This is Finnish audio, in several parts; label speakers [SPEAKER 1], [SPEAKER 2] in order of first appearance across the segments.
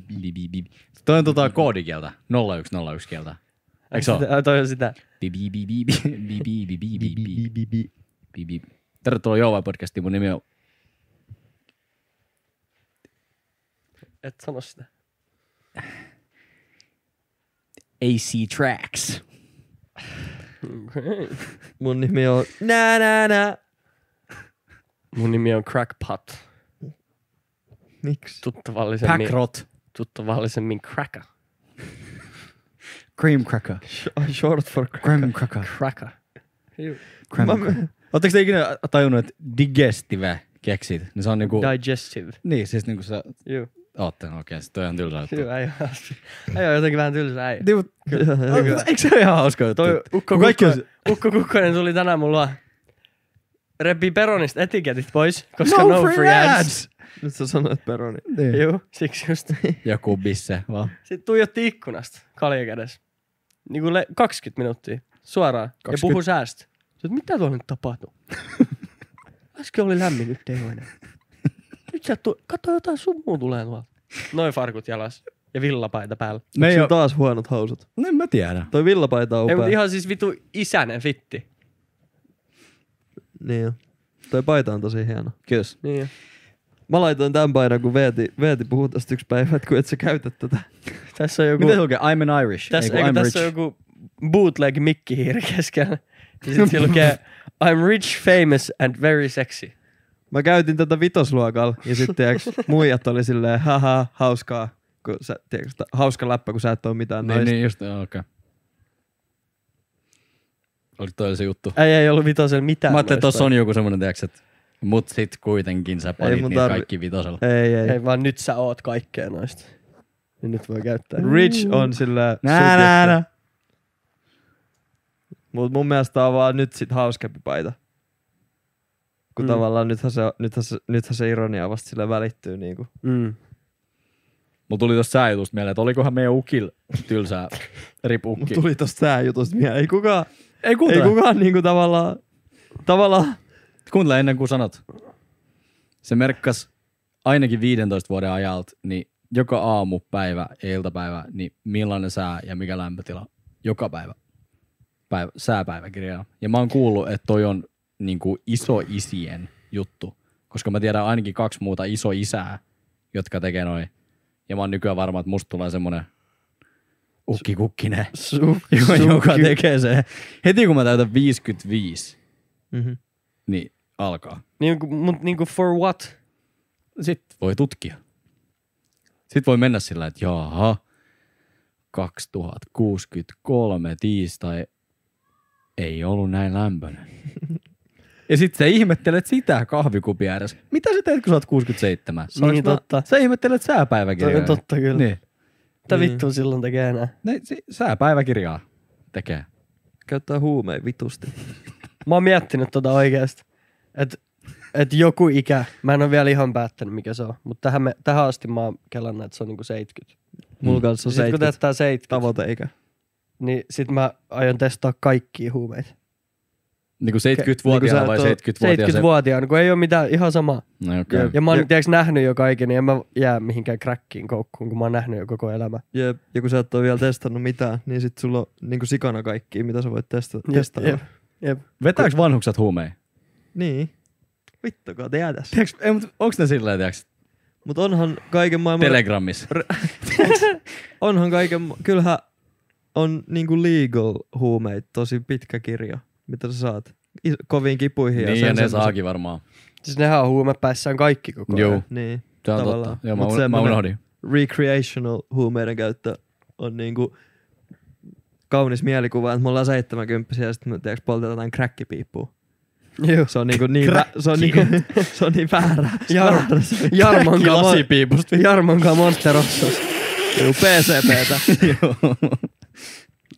[SPEAKER 1] bi- Toi on tota koodikieltä, 0101 kieltä. Eikö se ole?
[SPEAKER 2] Sitä- Toi on sitä.
[SPEAKER 1] Bi- bi- bi- bi- bi- bi- bi- bi- bi- bi- bi- bi- bi- Tervetuloa Jouvai podcastiin, mun nimi on...
[SPEAKER 2] Et sano sitä.
[SPEAKER 1] AC Tracks.
[SPEAKER 3] Mun nimi on nää nää nää.
[SPEAKER 2] Mun nimi on Crackpot.
[SPEAKER 3] Miksi?
[SPEAKER 2] Tuttavallisemmin,
[SPEAKER 1] Packrot.
[SPEAKER 2] tuttavallisemmin Cracker.
[SPEAKER 1] Cream Cracker.
[SPEAKER 3] Sh- short for crack.
[SPEAKER 1] Cream Cracker.
[SPEAKER 2] Cracker.
[SPEAKER 1] Cream
[SPEAKER 3] Mä-
[SPEAKER 1] Cracker. Ootteko te ikinä tajunnut, että digestive keksit? Niin se on niinku...
[SPEAKER 2] Digestive.
[SPEAKER 1] Niin, siis niinku sä...
[SPEAKER 2] Juu.
[SPEAKER 1] Ootte, no okei, se toi on tylsä juttu.
[SPEAKER 2] Juu, ei oo. Ei oo jotenkin vähän tylsä äijä.
[SPEAKER 1] Niin, mut-
[SPEAKER 2] Kyllä.
[SPEAKER 1] Eikö se ole ihan hauska juttu?
[SPEAKER 2] Toi Ukko,
[SPEAKER 1] Kun kaikki on-
[SPEAKER 2] Kukkonen, Ukko Kukkonen tuli tänään mulla repii peronista etiketit pois, koska no, free, ads.
[SPEAKER 3] Nyt sä sanoit peroni.
[SPEAKER 1] Niin.
[SPEAKER 2] Juu, siksi just.
[SPEAKER 1] Joku bisse vaan.
[SPEAKER 2] Sitten tuijotti ikkunasta kalja kädessä. Niin kuin le- 20 minuuttia suoraan.
[SPEAKER 1] 20.
[SPEAKER 2] Ja puhu säästä. Sä oot, mitä tuolla nyt tapahtuu? Äsken oli lämmin, nyt ei ole enää. Nyt sä tu- kato jotain sumua tulee tuolta. Noin farkut jalas ja villapaita päällä.
[SPEAKER 1] Me ei
[SPEAKER 3] Sulla
[SPEAKER 1] oo...
[SPEAKER 3] on taas huonot housut.
[SPEAKER 1] No en mä tiedä.
[SPEAKER 3] Toi villapaita on
[SPEAKER 2] Ei,
[SPEAKER 3] upea.
[SPEAKER 2] mutta ihan siis vitu isänen fitti.
[SPEAKER 3] Niin jo. Toi paita on tosi hieno.
[SPEAKER 1] Kiitos.
[SPEAKER 2] Niin jo.
[SPEAKER 3] Mä laitoin tämän paidan, kun Veeti, Veeti puhui tästä yksi päivä, että kun et sä käytä tätä.
[SPEAKER 2] Tässä on joku...
[SPEAKER 1] Miten se lukee? I'm an Irish.
[SPEAKER 2] Tässä,
[SPEAKER 1] Ei,
[SPEAKER 2] eikö,
[SPEAKER 1] kun I'm
[SPEAKER 2] tässä on
[SPEAKER 1] rich.
[SPEAKER 2] joku bootleg mikkihiiri keskellä. Ja sit siellä lukee, I'm rich, famous and very sexy.
[SPEAKER 3] Mä käytin tätä vitosluokalla ja sitten tiiäks, muijat oli silleen, haha, hauskaa. Kun sä, tiiäks, ta- hauska läppä, kun sä et oo mitään
[SPEAKER 1] Niin,
[SPEAKER 3] naista.
[SPEAKER 1] niin, just, joo, okei. Oliko toi se juttu?
[SPEAKER 2] Ei, ei ollut vitosella mitään.
[SPEAKER 1] Mä ajattelin, että tossa
[SPEAKER 2] noista.
[SPEAKER 1] on joku semmonen, tiiäks, että mut sit kuitenkin sä panit
[SPEAKER 3] mun
[SPEAKER 1] niitä
[SPEAKER 3] tarvi-
[SPEAKER 1] kaikki vitosella.
[SPEAKER 3] Ei, ei.
[SPEAKER 2] Ei, vaan nyt sä oot kaikkea noista. Mm. Ja nyt voi käyttää.
[SPEAKER 3] Rich on silleen
[SPEAKER 1] Nää, nää, nää.
[SPEAKER 3] Mut mun mielestä tää on vaan nyt sit hauskempi paita. Kun
[SPEAKER 2] Mm.
[SPEAKER 3] mm. tavallaan nythän se, nythän, se, nythän se ironia vasta sille välittyy niinku.
[SPEAKER 2] Mm.
[SPEAKER 1] Mulla tuli tossa sääjutusta mieleen, että olikohan meidän ukil tylsää
[SPEAKER 3] Mut
[SPEAKER 1] ripukki.
[SPEAKER 3] tuli tosta tää jutusta mieleen. Ei kukaan,
[SPEAKER 1] Ei
[SPEAKER 3] ei
[SPEAKER 1] kuuntele.
[SPEAKER 3] kukaan niinku tavallaan, tavallaan
[SPEAKER 1] Kuuntele ennen kuin sanot. Se merkkas ainakin 15 vuoden ajalta, niin joka aamu, päivä ja iltapäivä, niin millainen sää ja mikä lämpötila. Joka päivä. päivä sääpäiväkirjaa. Ja mä oon kuullut, että toi on niin kuin isoisien juttu. Koska mä tiedän ainakin kaksi muuta isoisää, jotka tekee noin. Ja mä oon nykyään varma, että musta tulee semmonen ukkikukkinen,
[SPEAKER 3] su,
[SPEAKER 1] joka,
[SPEAKER 3] su,
[SPEAKER 1] joka tekee se. Heti kun mä täytän 55,
[SPEAKER 3] Mhm.
[SPEAKER 1] niin alkaa.
[SPEAKER 2] Niin, kuin- mut niin kuin for what?
[SPEAKER 1] Sitten voi tutkia. Sitten voi mennä sillä, että jaha, 2063 tiistai ei ollut näin lämpöinen. Ja sitten sä ihmettelet sitä kahvikupin ääressä. Mitä sä teet, kun sä oot 67? Saanko
[SPEAKER 2] Niin,
[SPEAKER 1] mä-
[SPEAKER 2] totta.
[SPEAKER 1] Sä ihmettelet sääpäiväkirjaa.
[SPEAKER 2] Toi on totta kyllä.
[SPEAKER 1] Niin.
[SPEAKER 2] Mitä
[SPEAKER 3] Niin.
[SPEAKER 2] vittua silloin tekee enää?
[SPEAKER 1] Ne, se, sääpäiväkirjaa tekee.
[SPEAKER 3] käyttää huumeen vitusti.
[SPEAKER 2] Mä oon miettinyt tota oikeesti. Että et joku ikä, mä en ole vielä ihan päättänyt mikä se on, mutta tähän, me, tähän asti mä oon kellannut, että se on niinku 70.
[SPEAKER 3] Mulla kanssa on
[SPEAKER 2] Sitten Mm. kun
[SPEAKER 3] 70
[SPEAKER 2] täyttää 70,
[SPEAKER 3] tavoiteikä.
[SPEAKER 2] niin sit mä aion testaa kaikkia huumeita.
[SPEAKER 1] Niinku 70-vuotiaana
[SPEAKER 3] Niinku sä
[SPEAKER 1] vai
[SPEAKER 3] et oo-
[SPEAKER 1] 70-vuotiaana?
[SPEAKER 2] 70-vuotiaana, kun ei ole mitään ihan sama.
[SPEAKER 1] No, okay.
[SPEAKER 2] Ja mä oon
[SPEAKER 3] Jep.
[SPEAKER 2] tiiäks, nähnyt jo kaiken, niin en mä jää mihinkään crackiin koukkuun, kun mä oon nähnyt jo koko elämä.
[SPEAKER 3] Jep. Ja kun sä et ole vielä testannut mitään, niin sit sulla on niinku sikana kaikki, mitä sä voit testa, testata.
[SPEAKER 2] jep, jep.
[SPEAKER 1] Vetääks vanhukset huumeen?
[SPEAKER 3] Niin. Vittukaa te jää tässä.
[SPEAKER 1] Tiedätkö, ei, mutta onks ne sillä tavalla,
[SPEAKER 3] Mut onhan kaiken maailman...
[SPEAKER 1] Telegrammissa?
[SPEAKER 3] Onhan kaiken... ma- Kyllähän on niinku legal huumeita tosi pitkä kirja, mitä sä saat. Is- koviin kipuihin ja
[SPEAKER 1] Niin,
[SPEAKER 3] sen
[SPEAKER 1] ja ne
[SPEAKER 3] semmosen.
[SPEAKER 1] saakin varmaan.
[SPEAKER 2] Siis nehän on huumepäissään kaikki koko ajan.
[SPEAKER 1] Joo,
[SPEAKER 3] Niin.
[SPEAKER 1] se on
[SPEAKER 3] Tavallaan.
[SPEAKER 1] totta. Joo, mä,
[SPEAKER 3] Mut
[SPEAKER 1] un,
[SPEAKER 3] semmonen-
[SPEAKER 1] mä unohdin.
[SPEAKER 3] Recreational huumeiden käyttö on niinku kaunis mielikuva, että me ollaan 70 ja sitten me tiiäks, poltetaan jotain crackipiippua.
[SPEAKER 2] Joo.
[SPEAKER 3] Se on niinku niin, vä- se on niinku, se on niin väärä.
[SPEAKER 2] Jar- Jarmon
[SPEAKER 1] Kaikki
[SPEAKER 2] kanssa mon-
[SPEAKER 1] lasipiipusta.
[SPEAKER 2] Jarmon kanssa Monster Rossos.
[SPEAKER 3] Joku PCPtä.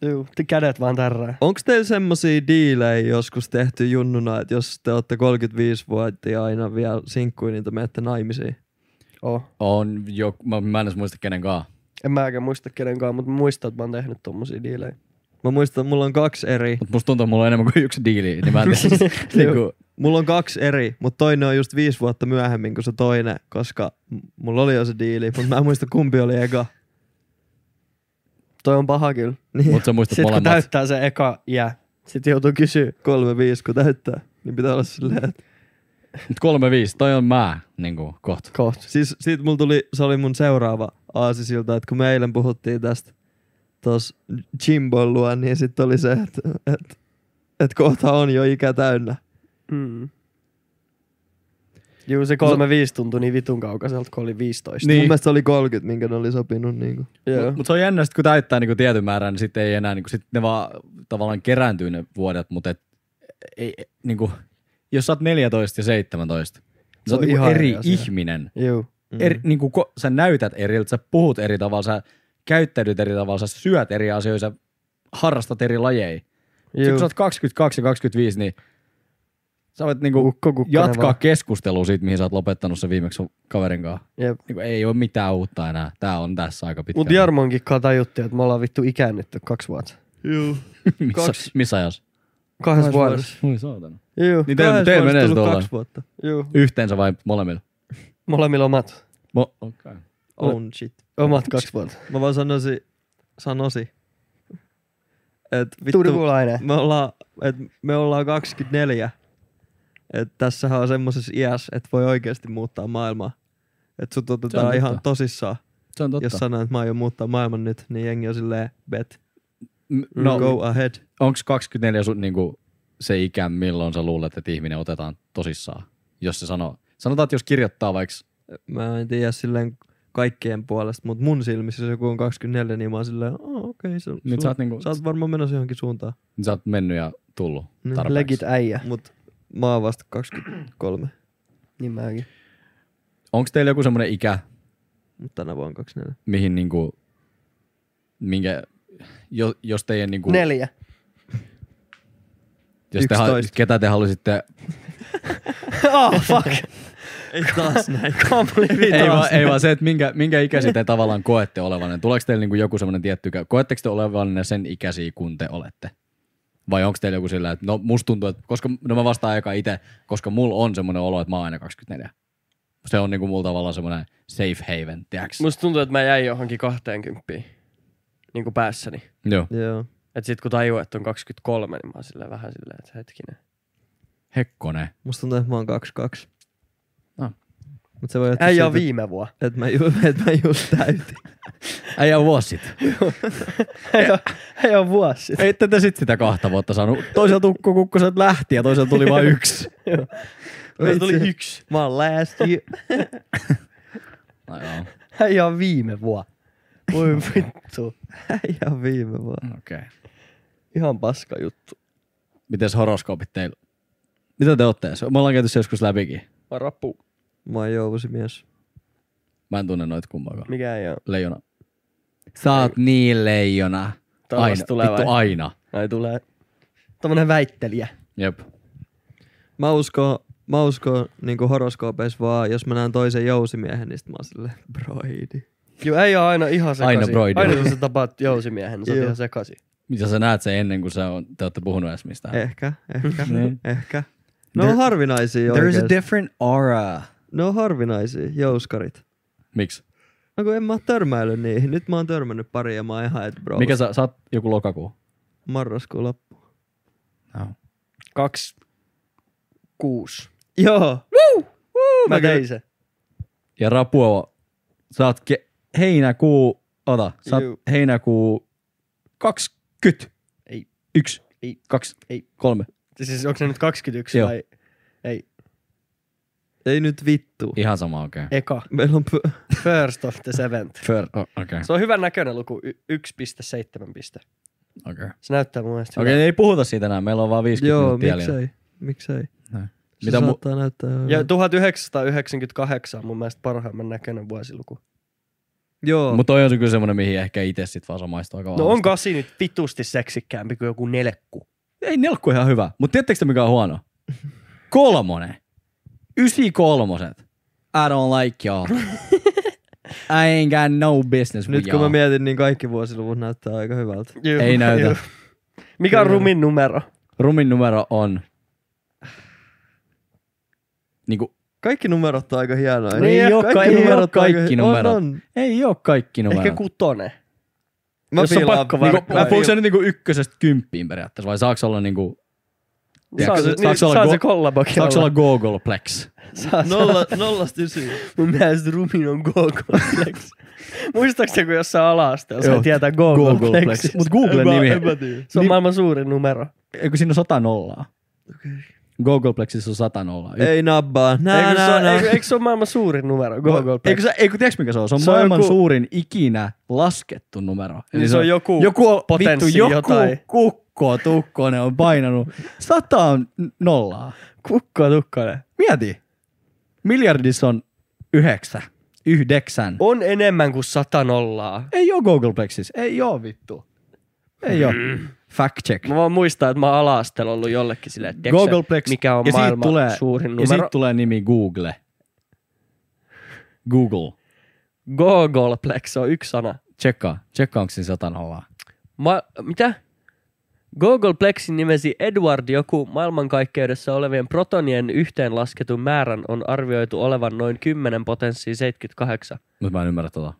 [SPEAKER 2] Joo, te kädet vaan tärrää.
[SPEAKER 3] Onko teillä semmosia diilejä joskus tehty junnuna, että jos te olette 35-vuotiaina vielä sinkkuja, niin te menette naimisiin?
[SPEAKER 2] Oh.
[SPEAKER 1] On jo, mä, mä en edes muista kenenkaan.
[SPEAKER 2] En mäkään muista kenenkaan, mutta mä muistan, että mä oon tehnyt tommosia diilejä.
[SPEAKER 3] Mä muistan, mulla on kaksi eri.
[SPEAKER 1] Mut musta tuntuu, että mulla on enemmän kuin yksi diili. Niin mä en tiedä. niinku,
[SPEAKER 3] Mulla on kaksi eri, mutta toinen on just viisi vuotta myöhemmin kuin se toinen, koska m- mulla oli jo se diili, mutta mä en muista kumpi oli eka.
[SPEAKER 2] Toi on paha kyllä.
[SPEAKER 3] Niin.
[SPEAKER 1] Mutta sä muistat
[SPEAKER 2] Sitten Siis kun
[SPEAKER 1] molemmat.
[SPEAKER 2] täyttää se eka iä, sitten joutuu kysyä.
[SPEAKER 3] Kolme viisi kun täyttää, niin pitää olla silleen, että...
[SPEAKER 1] Mut kolme viisi, toi on mä niin kuin, kohta.
[SPEAKER 2] Kohta.
[SPEAKER 3] Siis sit mulla tuli, se oli mun seuraava aasisilta, että kun me eilen puhuttiin tästä tuossa Jimbon luo, niin sit oli se, että et, et kohta on jo ikä täynnä.
[SPEAKER 2] Mm. Juu, se 35 tuntui niin vitun kaukaiselta, kun oli 15.
[SPEAKER 3] Niin.
[SPEAKER 1] Niin.
[SPEAKER 3] Mun mielestä se oli 30, minkä ne oli sopinut. Niin kuin.
[SPEAKER 2] Joo.
[SPEAKER 1] Mutta se on jännä, sit kun täyttää niin tietyn määrän, niin sitten ei enää, niin sit ne vaan tavallaan kerääntyy ne vuodet, mutta et, ei, niin kuin, jos sä oot 14 ja 17, niin
[SPEAKER 2] Se
[SPEAKER 1] sä oot
[SPEAKER 2] on
[SPEAKER 1] niin
[SPEAKER 2] ihan
[SPEAKER 1] eri
[SPEAKER 2] eri asia.
[SPEAKER 1] ihminen.
[SPEAKER 2] Juu.
[SPEAKER 1] Mm. Eri, niin kuin, sä näytät eriltä, sä puhut eri tavalla, sä käyttäydyt eri tavalla, sä syöt eri asioita, sä harrastat eri lajeja. Sitten kun
[SPEAKER 2] Juu.
[SPEAKER 1] sä oot 22 ja 25, niin sä voit niinku
[SPEAKER 2] Ukko kukkonen
[SPEAKER 1] jatkaa
[SPEAKER 2] vaan.
[SPEAKER 1] keskustelua siitä, mihin sä oot lopettanut sen viimeksi sun kaverin kanssa.
[SPEAKER 2] Jep.
[SPEAKER 1] Niinku ei ole mitään uutta enää. Tää on tässä aika pitkä.
[SPEAKER 2] Mut Jarmonkin kanssa tajuttiin, että me ollaan vittu ikäännytty kaksi vuotta.
[SPEAKER 3] Juu. Niin
[SPEAKER 1] missä,
[SPEAKER 3] kaksi-
[SPEAKER 1] missä ajassa?
[SPEAKER 2] Kahdessa vuodessa.
[SPEAKER 1] Oi saatana.
[SPEAKER 2] Juu.
[SPEAKER 1] Niin teillä teillä menee se tuolla.
[SPEAKER 3] kaksi vuotta.
[SPEAKER 2] Juu.
[SPEAKER 1] Yhteensä vai molemmilla?
[SPEAKER 2] Molemmilla omat.
[SPEAKER 1] Mo- okay.
[SPEAKER 3] On shit.
[SPEAKER 2] Omat kaksi vuotta.
[SPEAKER 3] Mä vaan sanoisin, sanoisin, että vittu,
[SPEAKER 2] Turkulainen.
[SPEAKER 3] me ollaan, et me ollaan 24. Et tässähän on semmoisessa iässä, että voi oikeasti muuttaa maailmaa. Että sut otetaan
[SPEAKER 1] totta.
[SPEAKER 3] ihan tosissaan.
[SPEAKER 1] Se on totta.
[SPEAKER 3] Jos sanoo, että mä aion muuttaa maailman nyt, niin jengi on silleen, bet,
[SPEAKER 1] M-
[SPEAKER 2] Mm,
[SPEAKER 3] no.
[SPEAKER 1] no,
[SPEAKER 3] go ahead.
[SPEAKER 1] onko 24 sun, niinku, se ikä, milloin sä luulet, että ihminen otetaan tosissaan? Jos se sanoo, sanotaan, että jos kirjoittaa vaikka
[SPEAKER 3] Mä en tiedä silleen kaikkien puolesta, mutta mun silmissä jos joku on 24, niin mä oon silleen, oh, okei, okay, sun,
[SPEAKER 1] Niin sä oot niinku-
[SPEAKER 3] sä oot varmaan menossa johonkin suuntaan.
[SPEAKER 1] niin sä oot mennyt ja tullut
[SPEAKER 3] Niin,
[SPEAKER 1] tarpeeksi.
[SPEAKER 2] Legit äijä.
[SPEAKER 3] Mut mä oon vasta 23,
[SPEAKER 2] Niin mäkin.
[SPEAKER 1] Onko teillä joku semmoinen ikä,
[SPEAKER 3] mutta tänä vuonna 24.
[SPEAKER 1] mihin niinku, minkä, jo, jos teidän niinku,
[SPEAKER 2] Neljä.
[SPEAKER 1] jos te, halu-
[SPEAKER 3] 11.
[SPEAKER 1] ketä te halusitte,
[SPEAKER 2] Ah, fuck.
[SPEAKER 3] Ei taas näin.
[SPEAKER 1] ei vaan, ei vaan se, että minkä, minkä ikäisiä te tavallaan koette olevanne. Tuleeko teillä niinku joku semmoinen tietty ikä, koetteko te olevanne sen ikäisiä, kun te olette? Vai onko teillä joku sillä, että no musta tuntuu, että koska, no mä vastaan eka itse, koska mulla on semmoinen olo, että mä oon aina 24. Se on niinku mulla tavallaan semmoinen safe haven, tiiäks?
[SPEAKER 4] Musta tuntuu, että mä jäin johonkin 20 niin kuin päässäni.
[SPEAKER 1] Joo.
[SPEAKER 3] Joo.
[SPEAKER 4] Et sit kun tajuu, että on 23, niin mä oon silleen vähän silleen, että hetkinen.
[SPEAKER 1] Hekkonen.
[SPEAKER 3] Musta tuntuu, että mä oon 22.
[SPEAKER 1] Ah.
[SPEAKER 3] Mut se voi johtua
[SPEAKER 4] Äijä on
[SPEAKER 3] siitä,
[SPEAKER 4] viime vuonna.
[SPEAKER 3] että mä, ju- että mä just täytin.
[SPEAKER 1] Äijä on vuosi sitten.
[SPEAKER 2] Ei oo, ei oo vuosi sitten.
[SPEAKER 1] Ette te sit sitä kahta vuotta saanut. Toisella tukku kukkoset lähti ja toisella tuli vain yksi.
[SPEAKER 3] Meillä tuli
[SPEAKER 2] yksi. Mä oon last year.
[SPEAKER 1] No joo,
[SPEAKER 2] Ei oo viime vuonna. Voi vittu.
[SPEAKER 3] Äijä on viime vuonna.
[SPEAKER 1] okei. Okay.
[SPEAKER 2] Ihan paska juttu.
[SPEAKER 1] Mites horoskoopit teillä? Mitä te ootte? Me ollaan käyty se joskus läpikin.
[SPEAKER 4] Mä rappu.
[SPEAKER 3] Mä oon jousimies.
[SPEAKER 1] Mä en tunne noita kumpaakaan.
[SPEAKER 4] Mikä ei oo.
[SPEAKER 1] Leijona. Sä oot niin leijona.
[SPEAKER 4] Taas
[SPEAKER 1] Aina.
[SPEAKER 4] tulee
[SPEAKER 1] Vittu
[SPEAKER 4] vai?
[SPEAKER 1] aina.
[SPEAKER 4] Ai tulee.
[SPEAKER 2] Tommonen väittelijä.
[SPEAKER 1] Jep.
[SPEAKER 3] Mä uskon, mä uskon niinku horoskoopeissa vaan, jos mä näen toisen jousimiehen, niin sit mä oon silleen, broidi.
[SPEAKER 2] Joo, ei oo aina ihan sekaisin.
[SPEAKER 1] Aina broidi.
[SPEAKER 2] Aina kun sä tapaat jousimiehen, niin sä oot
[SPEAKER 3] Joo.
[SPEAKER 2] ihan sekaisin.
[SPEAKER 1] Mitä sä näet sen ennen kuin sä on, te ootte puhunut edes
[SPEAKER 2] Ah.
[SPEAKER 1] mistään?
[SPEAKER 3] Ehkä, ehkä,
[SPEAKER 1] Niin.
[SPEAKER 3] ehkä. Ne
[SPEAKER 2] No,
[SPEAKER 3] on harvinaisia oikeesti.
[SPEAKER 1] different aura.
[SPEAKER 3] Ne on harvinaisia, jouskarit.
[SPEAKER 1] Miksi?
[SPEAKER 3] No kun en mä oo törmäillyt niihin. Nyt mä oon törmännyt pari ja mä oon ihan et bro.
[SPEAKER 1] Mikä sä, sä oot joku lokakuu?
[SPEAKER 3] Marraskuun loppu.
[SPEAKER 1] No.
[SPEAKER 2] Kaksi. Kuusi.
[SPEAKER 3] Joo!
[SPEAKER 2] Mä,
[SPEAKER 3] Mä
[SPEAKER 2] mä
[SPEAKER 3] kyllä-
[SPEAKER 2] tein se.
[SPEAKER 1] Ja Rapua, sä oot ke- heinäkuu, ota, sä oot
[SPEAKER 2] Juu.
[SPEAKER 1] heinäkuu 20.
[SPEAKER 2] Ei.
[SPEAKER 1] Yksi.
[SPEAKER 2] Ei.
[SPEAKER 1] Kaksi.
[SPEAKER 2] Ei.
[SPEAKER 1] Kolme.
[SPEAKER 2] Siis onko se nyt 21
[SPEAKER 1] Joo.
[SPEAKER 2] vai
[SPEAKER 3] Ei nyt vittu.
[SPEAKER 1] Ihan sama okei. Okay.
[SPEAKER 2] eka?
[SPEAKER 3] Meillä on pö-
[SPEAKER 2] First of the seventh.
[SPEAKER 1] Fair. Oh, okei.
[SPEAKER 4] Se on hyvän näköinen luku, y- 1,7 piste.
[SPEAKER 1] Okei.
[SPEAKER 2] Se näyttää mun mielestä
[SPEAKER 1] Okei, ei puhuta siitä enää. Meillä on vaan 50
[SPEAKER 3] Joo,
[SPEAKER 1] minuuttia jäljellä.
[SPEAKER 3] miksei. Miksei.
[SPEAKER 1] Näin. Mitä
[SPEAKER 3] Se Mitä
[SPEAKER 1] mu-
[SPEAKER 3] saattaa näyttää.
[SPEAKER 2] Ja 1998 on mun mielestä parhaimman näköinen No vuosiluku.
[SPEAKER 3] Joo, Mut...
[SPEAKER 1] Mutta toi on se kyllä semmonen, mihin ehkä itse sit vaan samaistuu aika
[SPEAKER 4] No
[SPEAKER 1] vahvasti.
[SPEAKER 4] on kasi nyt vitusti seksikkäämpi kuin joku nelkku.
[SPEAKER 1] Ei nelkku ihan hyvä. Mutta tiedättekö te, mikä on huono? Kolmonen. Ysi kolmoset. I don't like y'all. I ain't got no business with
[SPEAKER 3] nyt kun mä
[SPEAKER 1] y'all.
[SPEAKER 3] mietin, niin kaikki vuosiluvut näyttää aika hyvältä.
[SPEAKER 4] Juu,
[SPEAKER 1] Ei näytä.
[SPEAKER 4] juu. Mikä on rumin numero?
[SPEAKER 1] Rumin numero on... Niinku,
[SPEAKER 3] Kaikki numerot on aika hienoja.
[SPEAKER 1] Niin
[SPEAKER 3] Niin,
[SPEAKER 1] Ei oo ka- ei oo
[SPEAKER 3] on aika-
[SPEAKER 1] kaikki numerot.
[SPEAKER 3] On, on.
[SPEAKER 1] ei oo kaikki numerot.
[SPEAKER 4] Ehkä kutonen.
[SPEAKER 3] Mä
[SPEAKER 2] Jos on
[SPEAKER 3] piilaan-
[SPEAKER 2] pakko
[SPEAKER 3] niinku-
[SPEAKER 1] Niinku,
[SPEAKER 2] Varkkaa.
[SPEAKER 3] mä
[SPEAKER 1] onko
[SPEAKER 3] piilaan-
[SPEAKER 1] se nyt niinku ykkösestä kymppiin periaatteessa vai saaks olla niinku,
[SPEAKER 2] Saa,
[SPEAKER 1] Tiedätkö,
[SPEAKER 2] se,
[SPEAKER 1] saaks
[SPEAKER 2] niin,
[SPEAKER 1] olla
[SPEAKER 2] saa
[SPEAKER 1] go-
[SPEAKER 2] se kollabokin
[SPEAKER 1] saaks olla Googleplex?
[SPEAKER 2] Saa, saa.
[SPEAKER 3] Nolla, nollasta ysiin.
[SPEAKER 2] Mun mielestä rumin on Googleplex. Muistaakseni, kun jossain ala-asteella sai
[SPEAKER 1] Joo.
[SPEAKER 2] tietää Googleplex.
[SPEAKER 1] Mut Googlen nimi.
[SPEAKER 2] Se on
[SPEAKER 1] Niin-
[SPEAKER 2] maailman suurin numero.
[SPEAKER 1] Eikö siinä on sata nollaa? Googleplexissa on sata nollaa.
[SPEAKER 3] Ei nabbaa.
[SPEAKER 2] Eikö
[SPEAKER 3] Nää,
[SPEAKER 2] se,
[SPEAKER 3] nää,
[SPEAKER 2] ole-
[SPEAKER 3] nää.
[SPEAKER 2] eikö, eikö se ole maailman suurin numero, Googleplex?
[SPEAKER 1] Eikö, se, eikö tiedätkö mikä se on? Se on
[SPEAKER 2] Se
[SPEAKER 1] se
[SPEAKER 2] on
[SPEAKER 1] maailman
[SPEAKER 2] joku-
[SPEAKER 1] on suurin ikinä laskettu numero.
[SPEAKER 2] Niin se on joku potenssi
[SPEAKER 1] vittu, joku
[SPEAKER 2] jotain.
[SPEAKER 1] kukko tukko, ne on painanut sataan nollaa.
[SPEAKER 2] Kukko tukkonen.
[SPEAKER 1] Mieti. Miljardissa on yhdeksän. Yhdeksän.
[SPEAKER 2] On enemmän kuin sata nollaa.
[SPEAKER 1] Ei oo Googleplexissä. Ei oo vittu. Ei oo.
[SPEAKER 2] Mm.
[SPEAKER 1] Fact check.
[SPEAKER 2] Mä vaan muistan, että mä oon ala-asteella ollut jollekin silleen, että No, tiedätkö
[SPEAKER 1] Googleplex.
[SPEAKER 2] se, mikä on
[SPEAKER 1] ja siitä
[SPEAKER 2] maailman
[SPEAKER 1] tulee,
[SPEAKER 2] suurin
[SPEAKER 1] Ja
[SPEAKER 2] numero.
[SPEAKER 1] siitä tulee nimi Google. Google.
[SPEAKER 2] Googleplex on yksi sana.
[SPEAKER 1] Tsekkaa. Tsekkaa, onko siinä sata nollaa.
[SPEAKER 2] Ma- mitä? Googleplexin nimesi Edward joku maailmankaikkeudessa olevien protonien yhteenlasketun määrän on arvioitu olevan noin 10 potenssiin 78.
[SPEAKER 1] Mut mä en ymmärrä tota.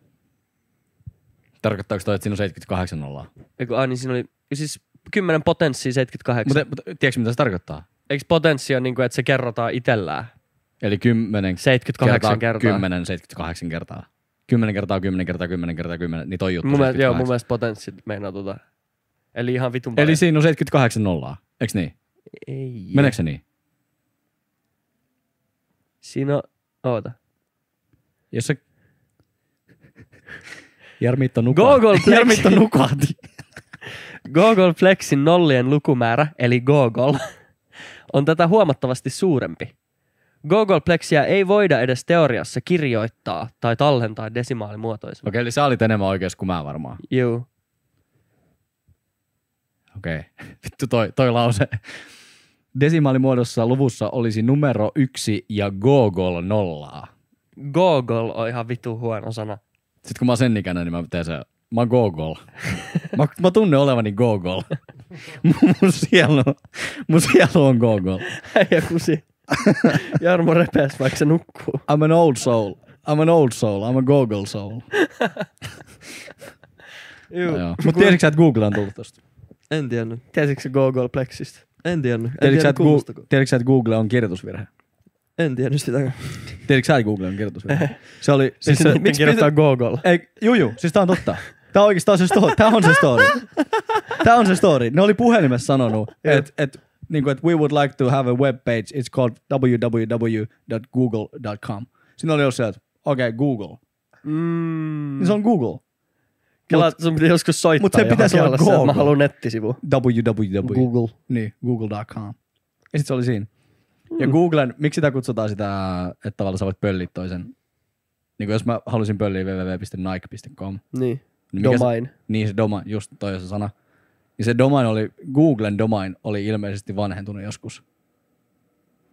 [SPEAKER 1] Tarkoittaako toi, että siinä on 78 nollaa?
[SPEAKER 2] Eiku, ah, niin siinä oli siis 10 potenssiin 78.
[SPEAKER 1] Mutta
[SPEAKER 2] Mutta,
[SPEAKER 1] mut, tiedätkö mitä se tarkoittaa?
[SPEAKER 2] Eikö potenssi on niin kuin, että se kerrotaan itsellään?
[SPEAKER 1] Eli 10
[SPEAKER 2] 78 kertaa.
[SPEAKER 1] 10, 78 kertaa. 10 kertaa 10 kertaa 10 kertaa 10, niin toi juttu.
[SPEAKER 2] Mun mielestä, joo,
[SPEAKER 1] 78.
[SPEAKER 2] mun mielestä potenssi meinaa tota. Eli ihan vitun
[SPEAKER 1] Eli
[SPEAKER 2] paljon.
[SPEAKER 1] siinä on 78 nollaa, eiks niin?
[SPEAKER 2] Ei.
[SPEAKER 1] Meneekö se niin?
[SPEAKER 2] Siinä on... Oota.
[SPEAKER 1] Jos se... Jarmitto nukaa.
[SPEAKER 2] Googleplex.
[SPEAKER 1] Jarmitto nukaati.
[SPEAKER 2] Googleplexin nollien lukumäärä, eli Google, on tätä huomattavasti suurempi. Googleplexia ei voida edes teoriassa kirjoittaa tai tallentaa desimaalimuotoisena.
[SPEAKER 1] Okei, eli sä olit enemmän oikeassa kuin mä varmaan.
[SPEAKER 2] Juu.
[SPEAKER 1] Okei. Vittu toi, toi lause. Desimaalimuodossa luvussa olisi numero yksi ja Google nollaa.
[SPEAKER 2] Google on ihan vitu huono sana.
[SPEAKER 1] Sitten kun mä oon sen ikäinen, niin mä teen se, mä oon Gogol. Mä, mä tunnen olevani Gogol. Mun sielu, mun sielu on Gogol.
[SPEAKER 2] Äijä kusi. Jarmo repes, vaikka se nukkuu.
[SPEAKER 1] I'm an old soul. I'm an old soul. I'm a Gogol soul.
[SPEAKER 2] Juu.
[SPEAKER 1] Joo. Mut tiesitkö sä, että Google on tullut tosta?
[SPEAKER 3] En tiennyt.
[SPEAKER 2] Tiesitkö se Googleplexista?
[SPEAKER 3] En tiennyt. En
[SPEAKER 1] Tiesitkö sä,
[SPEAKER 3] tiennyt
[SPEAKER 1] että Gu-
[SPEAKER 3] kuulostako.
[SPEAKER 1] tiesitkö sä, että Google on kirjoitusvirhe?
[SPEAKER 3] En tiennyt sitä.
[SPEAKER 1] Tiesitkö sä, että Google on kirjoitusvirhe? Se oli...
[SPEAKER 2] Siis se, miksi kirjoittaa Google?
[SPEAKER 1] Ei, juju, siis tää on totta. Tää on oikeastaan se story. Tää on se story. Tää on se story. Ne oli puhelimessa sanonut, että et, niinku, et we would like to have a web page. It's called www.google.com. Siinä oli ollut se, että okei, okay, Google.
[SPEAKER 2] Mm.
[SPEAKER 1] Niin se on Google.
[SPEAKER 2] Kela, sun pitää joskus soittaa
[SPEAKER 1] mut se pitäisi olla
[SPEAKER 2] johonkin alle, että Mä
[SPEAKER 1] Google.
[SPEAKER 2] haluan nettisivu.
[SPEAKER 1] www. Google. Niin, google.com. Ja sit se oli siinä.
[SPEAKER 2] Mm.
[SPEAKER 1] Ja Googlen, miksi sitä kutsutaan sitä, että tavallaan sä voit pölliä toisen. Niin jos mä halusin pölliä www.nike.com,
[SPEAKER 2] Niin.
[SPEAKER 1] niin mikä se-
[SPEAKER 2] Domain.
[SPEAKER 1] Niin se domain, just toi on se sana. Ja se domain oli, Googlen domain oli ilmeisesti vanhentunut joskus.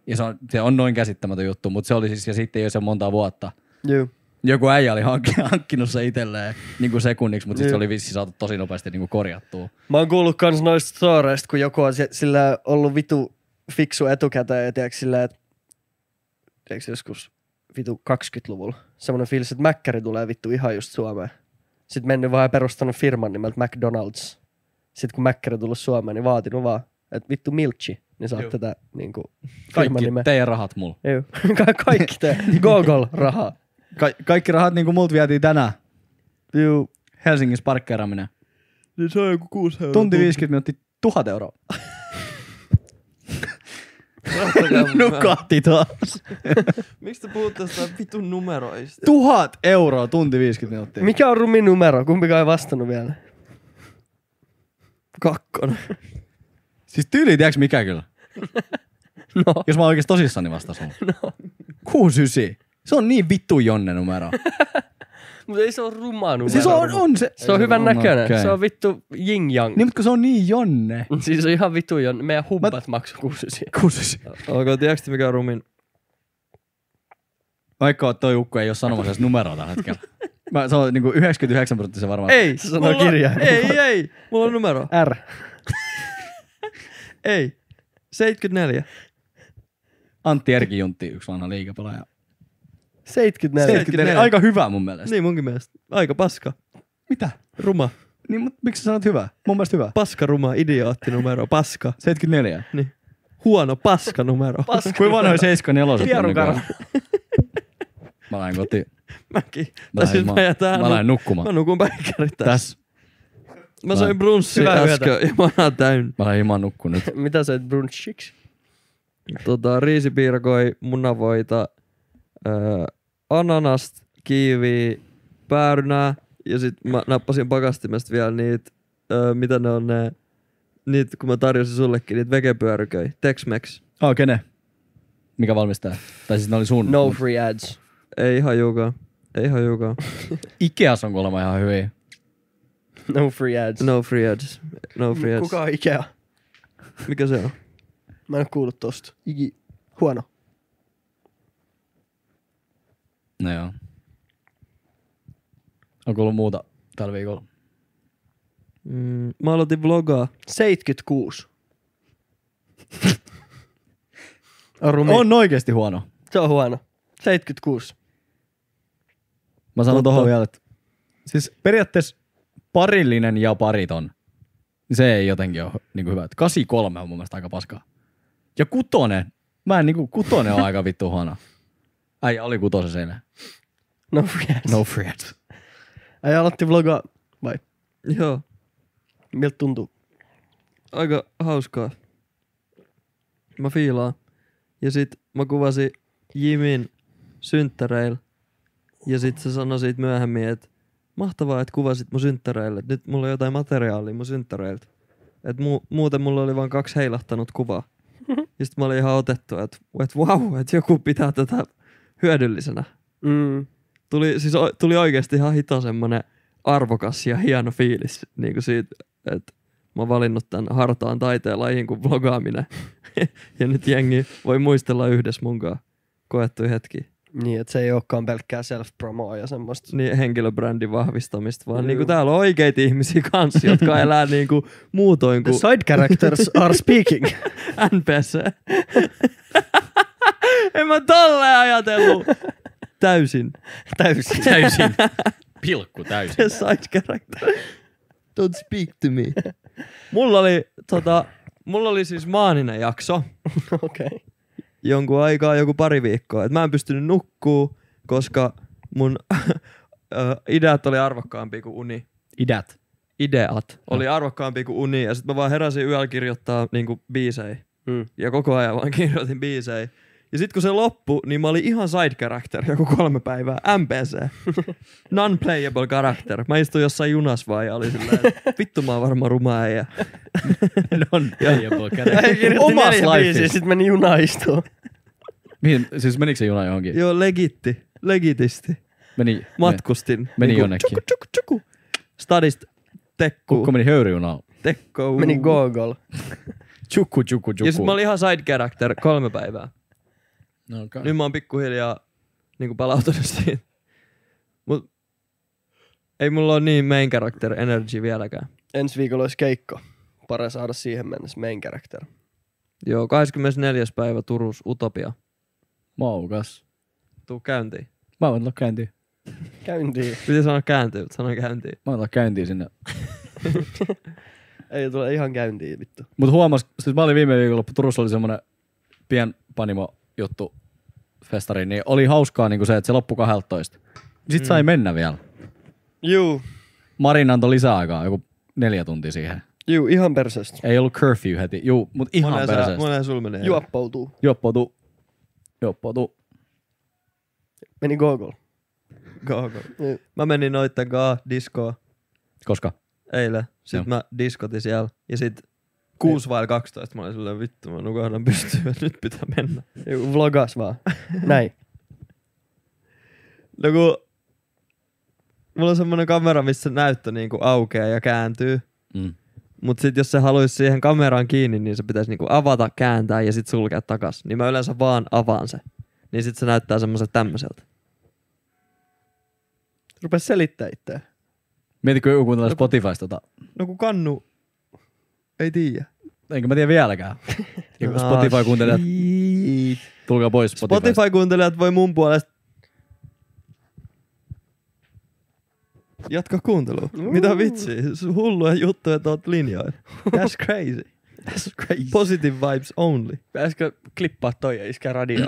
[SPEAKER 1] Ja se on, se on noin käsittämätön juttu, mutta se oli siis, ja sitten jo se monta vuotta.
[SPEAKER 2] Juu.
[SPEAKER 1] Joku äijä oli hank- hankkinut se itselleen niin kuin sekunniksi, mutta sitten se
[SPEAKER 2] Joo.
[SPEAKER 1] oli vissi saatu tosi nopeasti niin kuin korjattua.
[SPEAKER 2] Mä oon kuullut kans noista storeista, kun joku on se- sillä ollut vitu fiksu etukäteen ja tiedätkö sillä, että tiedätkö joskus vitu 20-luvulla semmonen fiilis, että Mäkkäri tulee vittu ihan just Suomeen. Sitten mennyt vaan ja perustanut firman nimeltä McDonald's. Sitten kun Mäkkäri tullut Suomeen, niin vaatinut vaan, että vittu Milchi, niin saat tätä niinku firman
[SPEAKER 1] Kaikki,
[SPEAKER 2] nimeä.
[SPEAKER 1] teidän rahat mulla.
[SPEAKER 2] Joo. Ka- kaikki te. Google-rahaa.
[SPEAKER 1] Ka- kaikki rahat niin kuin multa vietiin tänään.
[SPEAKER 2] Juu.
[SPEAKER 1] Helsingissä parkkeeraaminen.
[SPEAKER 3] Niin se on joku kuusi euroa.
[SPEAKER 1] Tunti 50 minuuttia, tuhat euroa. Nukahti taas.
[SPEAKER 3] Miksi te puhutte jostain vitun numeroista?
[SPEAKER 1] Tuhat euroa, tunti 50 minuuttia.
[SPEAKER 2] Mikä on rumin numero? Kumpikaan ei vastannut vielä.
[SPEAKER 3] Kakkonen.
[SPEAKER 1] Siis tyyli, tiedätkö mikä kyllä?
[SPEAKER 2] No.
[SPEAKER 1] Jos mä oikeesti tosissani vastaan sulle. No. 69. Se on niin vittu jonne numero.
[SPEAKER 2] Mutta ei se ole ruma numero.
[SPEAKER 1] siis on, on se.
[SPEAKER 2] Se on
[SPEAKER 1] Ei
[SPEAKER 2] hyvän
[SPEAKER 1] on,
[SPEAKER 2] näköinen.
[SPEAKER 1] okei.
[SPEAKER 2] Se on vittu yin yang.
[SPEAKER 1] Niin, mutta kun se on niin jonne.
[SPEAKER 2] Siis on ihan vitu jo. Meidän humpat maksu kuusi.
[SPEAKER 1] 69.
[SPEAKER 3] Okei, tiedätkö te mikä on rumin?
[SPEAKER 1] Vaikka toi ukko ei ole sanomassa edes numeroa tällä hetkellä. Mä, se on niinku 99 prosenttisen varmaan.
[SPEAKER 3] Ei,
[SPEAKER 2] se sanoo kirjaimen.
[SPEAKER 3] Ei, ei. Mulla on numero.
[SPEAKER 2] R.
[SPEAKER 3] Ei. 74.
[SPEAKER 1] Antti Erki Juntti, yksi vanha liikapelaaja.
[SPEAKER 2] 74.
[SPEAKER 3] 74.
[SPEAKER 1] Aika hyvä mun mielestä.
[SPEAKER 3] Niin munkin mielestä. Aika paska.
[SPEAKER 1] Mitä?
[SPEAKER 3] Ruma.
[SPEAKER 1] Niin, mutta miksi sä sanot hyvä? Mun mielestä hyvä.
[SPEAKER 3] Paskaruma idioottinumero, paska.
[SPEAKER 1] 74.
[SPEAKER 3] Huono paskanumero.
[SPEAKER 1] Kuin vanhoin 74?
[SPEAKER 4] Pierun karva.
[SPEAKER 1] Mä lähden kotiin.
[SPEAKER 3] Mäkin.
[SPEAKER 1] Mä
[SPEAKER 3] Tai siis
[SPEAKER 1] lähden,
[SPEAKER 3] mä jätän.
[SPEAKER 1] mä lähden nukkumaan.
[SPEAKER 3] Mä nukun päikkärit
[SPEAKER 1] Tässä.
[SPEAKER 3] tässä. Mä soin brunssia
[SPEAKER 4] Hyvää yötä.
[SPEAKER 3] äsken ja mä oon täyn.
[SPEAKER 1] Mä lähden himaan nukkumaan nyt.
[SPEAKER 2] Mitä sä et brunchiksi?
[SPEAKER 3] Tota, riisipiirakoi, munavoita, öö, ananast, kiiviä, päärynää. Ja sit mä nappasin pakastimesta vielä niitä, öö, mitä ne on ne, niitä kun mä tarjosin sullekin, niitä vegepyöryköi, Tex-Mex.
[SPEAKER 1] Oh, kene? Mikä valmistaa? Tai siis ne oli sun.
[SPEAKER 2] No free ads.
[SPEAKER 3] Ei hajukaan. Ei hajukaan.
[SPEAKER 1] Ikeas on kuulemma ihan hyviä.
[SPEAKER 2] No free ads.
[SPEAKER 3] No free ads. No free ads.
[SPEAKER 2] Kuka on Ikea?
[SPEAKER 3] Mikä se on?
[SPEAKER 2] Mä en oo kuullut tosta. Iki. Huono.
[SPEAKER 1] No joo. On kuullut muuta tällä viikolla.
[SPEAKER 3] Mm, mä aloitin vlogaa.
[SPEAKER 2] 76. on rumi.
[SPEAKER 1] On oikeesti huono.
[SPEAKER 2] Se on huono. 76.
[SPEAKER 1] Mä sanon
[SPEAKER 3] Totta.
[SPEAKER 1] tohon vielä, että siis periaatteessa parillinen ja pariton, niin se ei jotenkin ole niin hyvä. Et 83 on mun mielestä aika paskaa. Ja kutonen. Mä en niinku, kutonen on aika vittu huono. Äijä oli kutosen seinä.
[SPEAKER 2] No free ads.
[SPEAKER 1] No free ads.
[SPEAKER 2] Ai aloitti vlogaa. Vai?
[SPEAKER 3] Joo.
[SPEAKER 2] Miltä tuntuu?
[SPEAKER 3] Aika hauskaa. Mä fiilaan. Ja sit mä kuvasin Jimin synttäreillä. Ja sit se sanoi siitä myöhemmin, että mahtavaa, että kuvasit mun synttäreillä. Et Nyt mulla on jotain materiaalia mun synttäreiltä. Et mu- muuten mulla oli vain kaksi heilahtanut kuvaa. Ja sit mä olin ihan otettu, että et wow, että joku pitää tätä hyödyllisenä.
[SPEAKER 2] Mm.
[SPEAKER 3] tuli, siis o- tuli oikeasti ihan hito semmonen arvokas ja hieno fiilis niin kuin siitä, että mä oon valinnut tämän hartaan taiteen lajin kuin vlogaaminen. ja nyt jengi voi muistella yhdessä munkaan koettu hetki.
[SPEAKER 2] Niin, että se ei olekaan pelkkää self-promoa ja semmoista.
[SPEAKER 3] Niin henkilöbrändin vahvistamista, vaan
[SPEAKER 2] Juu.
[SPEAKER 3] niin kuin täällä on oikeita ihmisiä kanssa, jotka elää niin kuin muutoin
[SPEAKER 2] The
[SPEAKER 3] kuin
[SPEAKER 2] side characters are speaking.
[SPEAKER 3] NPC. en mä tolleen ajatellut. Täysin.
[SPEAKER 2] Täysin.
[SPEAKER 1] Täysin. Pilkku täysin.
[SPEAKER 3] The side character. Don't speak to me. Mulla oli, tota, mulla oli siis maaninen jakso
[SPEAKER 2] Okei. Okay.
[SPEAKER 3] jonkun aikaa, joku pari viikkoa. Et mä en pystynyt nukkuu, koska mun ö, ideat oli arvokkaampi kuin uni.
[SPEAKER 1] Idät.
[SPEAKER 3] Ideat oli arvokkaampi kuin uni. Ja sitten mä vaan heräsin yöllä kirjoittaa niinku, biisejä.
[SPEAKER 2] Mm.
[SPEAKER 3] Ja koko ajan vaan kirjoitin biisejä. Ja sitten kun se loppui, niin mä olin ihan side character joku kolme päivää. NPC. Non-playable character. Mä istuin jossain junas vaan ja oli silleen, että vittu mä oon varmaan rumaa ja No
[SPEAKER 1] Non
[SPEAKER 3] niin.
[SPEAKER 1] playable
[SPEAKER 2] Ei kirjoitti
[SPEAKER 1] Omas
[SPEAKER 2] neljä biisiä,
[SPEAKER 1] life.
[SPEAKER 2] sit meni junaan istuun.
[SPEAKER 1] Mihin, siis menikö se juna johonkin?
[SPEAKER 3] Joo, legitti. Legitisti.
[SPEAKER 1] Meni,
[SPEAKER 3] Matkustin.
[SPEAKER 1] Niin. meni
[SPEAKER 3] Niinku
[SPEAKER 1] jonnekin.
[SPEAKER 3] Tsuku, tsuku, tsuku. Stadista tekku.
[SPEAKER 1] Kukko meni höyryjunaan.
[SPEAKER 3] Tekko.
[SPEAKER 2] Meni Google.
[SPEAKER 1] Chukku, chukku, chukku.
[SPEAKER 3] Ja sit mä olin ihan side character kolme päivää.
[SPEAKER 1] No, okay.
[SPEAKER 3] Nyt mä oon pikkuhiljaa niinku palautunut siitä. Mut ei mulla ole niin main character energy vieläkään.
[SPEAKER 2] Ensi viikolla olisi keikko. Pare saada siihen mennessä main character.
[SPEAKER 3] Joo, 24. päivä Turus Utopia.
[SPEAKER 1] Maukas.
[SPEAKER 3] Tuu käyntiin.
[SPEAKER 1] Mä voin tulla käyntiin.
[SPEAKER 2] Käyntiin.
[SPEAKER 3] Piti sanoa käyntiin, mutta sanoin käyntiin.
[SPEAKER 1] Mä voin tulla käyntiin sinne.
[SPEAKER 2] Ei tule ihan käyntiin vittu.
[SPEAKER 1] Mut huomas, siis mä olin viime viikolla, Turussa oli semmonen pienpanimo juttu festari, niin oli hauskaa niinku se, että se loppui 12. Sit mm. sai mennä vielä.
[SPEAKER 2] Juu.
[SPEAKER 1] Marin antoi lisäaikaa, joku neljä tuntia siihen.
[SPEAKER 2] Juu, ihan persestä.
[SPEAKER 1] Ei ollut curfew heti, juu, mut ihan
[SPEAKER 3] Monen sä,
[SPEAKER 1] perseestä.
[SPEAKER 3] monen sul menee.
[SPEAKER 2] Juoppoutuu.
[SPEAKER 1] Joppoutu. Joppoutu.
[SPEAKER 2] Meni Google.
[SPEAKER 3] Go, go.
[SPEAKER 2] Juu.
[SPEAKER 3] Mä menin noitten kanssa diskoon.
[SPEAKER 1] Koska?
[SPEAKER 3] eilen.
[SPEAKER 1] Joo. Niin.
[SPEAKER 3] Sitten mä diskotin siellä. Ja sit 6 vai 12 mä olin silleen, vittu mä nukahdan pystyyn, nyt pitää mennä.
[SPEAKER 2] Juu, vlogas vaan. Näin.
[SPEAKER 3] No kun mulla on semmonen kamera, missä näyttö niinku aukeaa ja kääntyy.
[SPEAKER 1] Mm.
[SPEAKER 3] Mut sit jos se haluaisi siihen kameraan kiinni, niin se pitäisi niinku avata, kääntää ja sit sulkea takas. Niin mä yleensä vaan avaan se. Niin sit se näyttää semmoiselta tämmöiseltä.
[SPEAKER 2] Rupes selittää itseä.
[SPEAKER 1] Mietitkö joku kuuntelee Spotifysta tota?
[SPEAKER 3] No kun kannu ei tiedä. Ah,
[SPEAKER 1] Enkä mä tiedä vieläkään. Joku Spotify kuuntelee, tulkaa pois Spotifysta.
[SPEAKER 3] Spotify-kuuntelijat voi mun puolesta Jatka kuuntelua. Mitä vitsi? Hulluja juttuja että oot linjoilla. That's crazy.
[SPEAKER 2] That's crazy.
[SPEAKER 3] Positive vibes only.
[SPEAKER 2] Pitäisikö klippaa toi ja iskää radio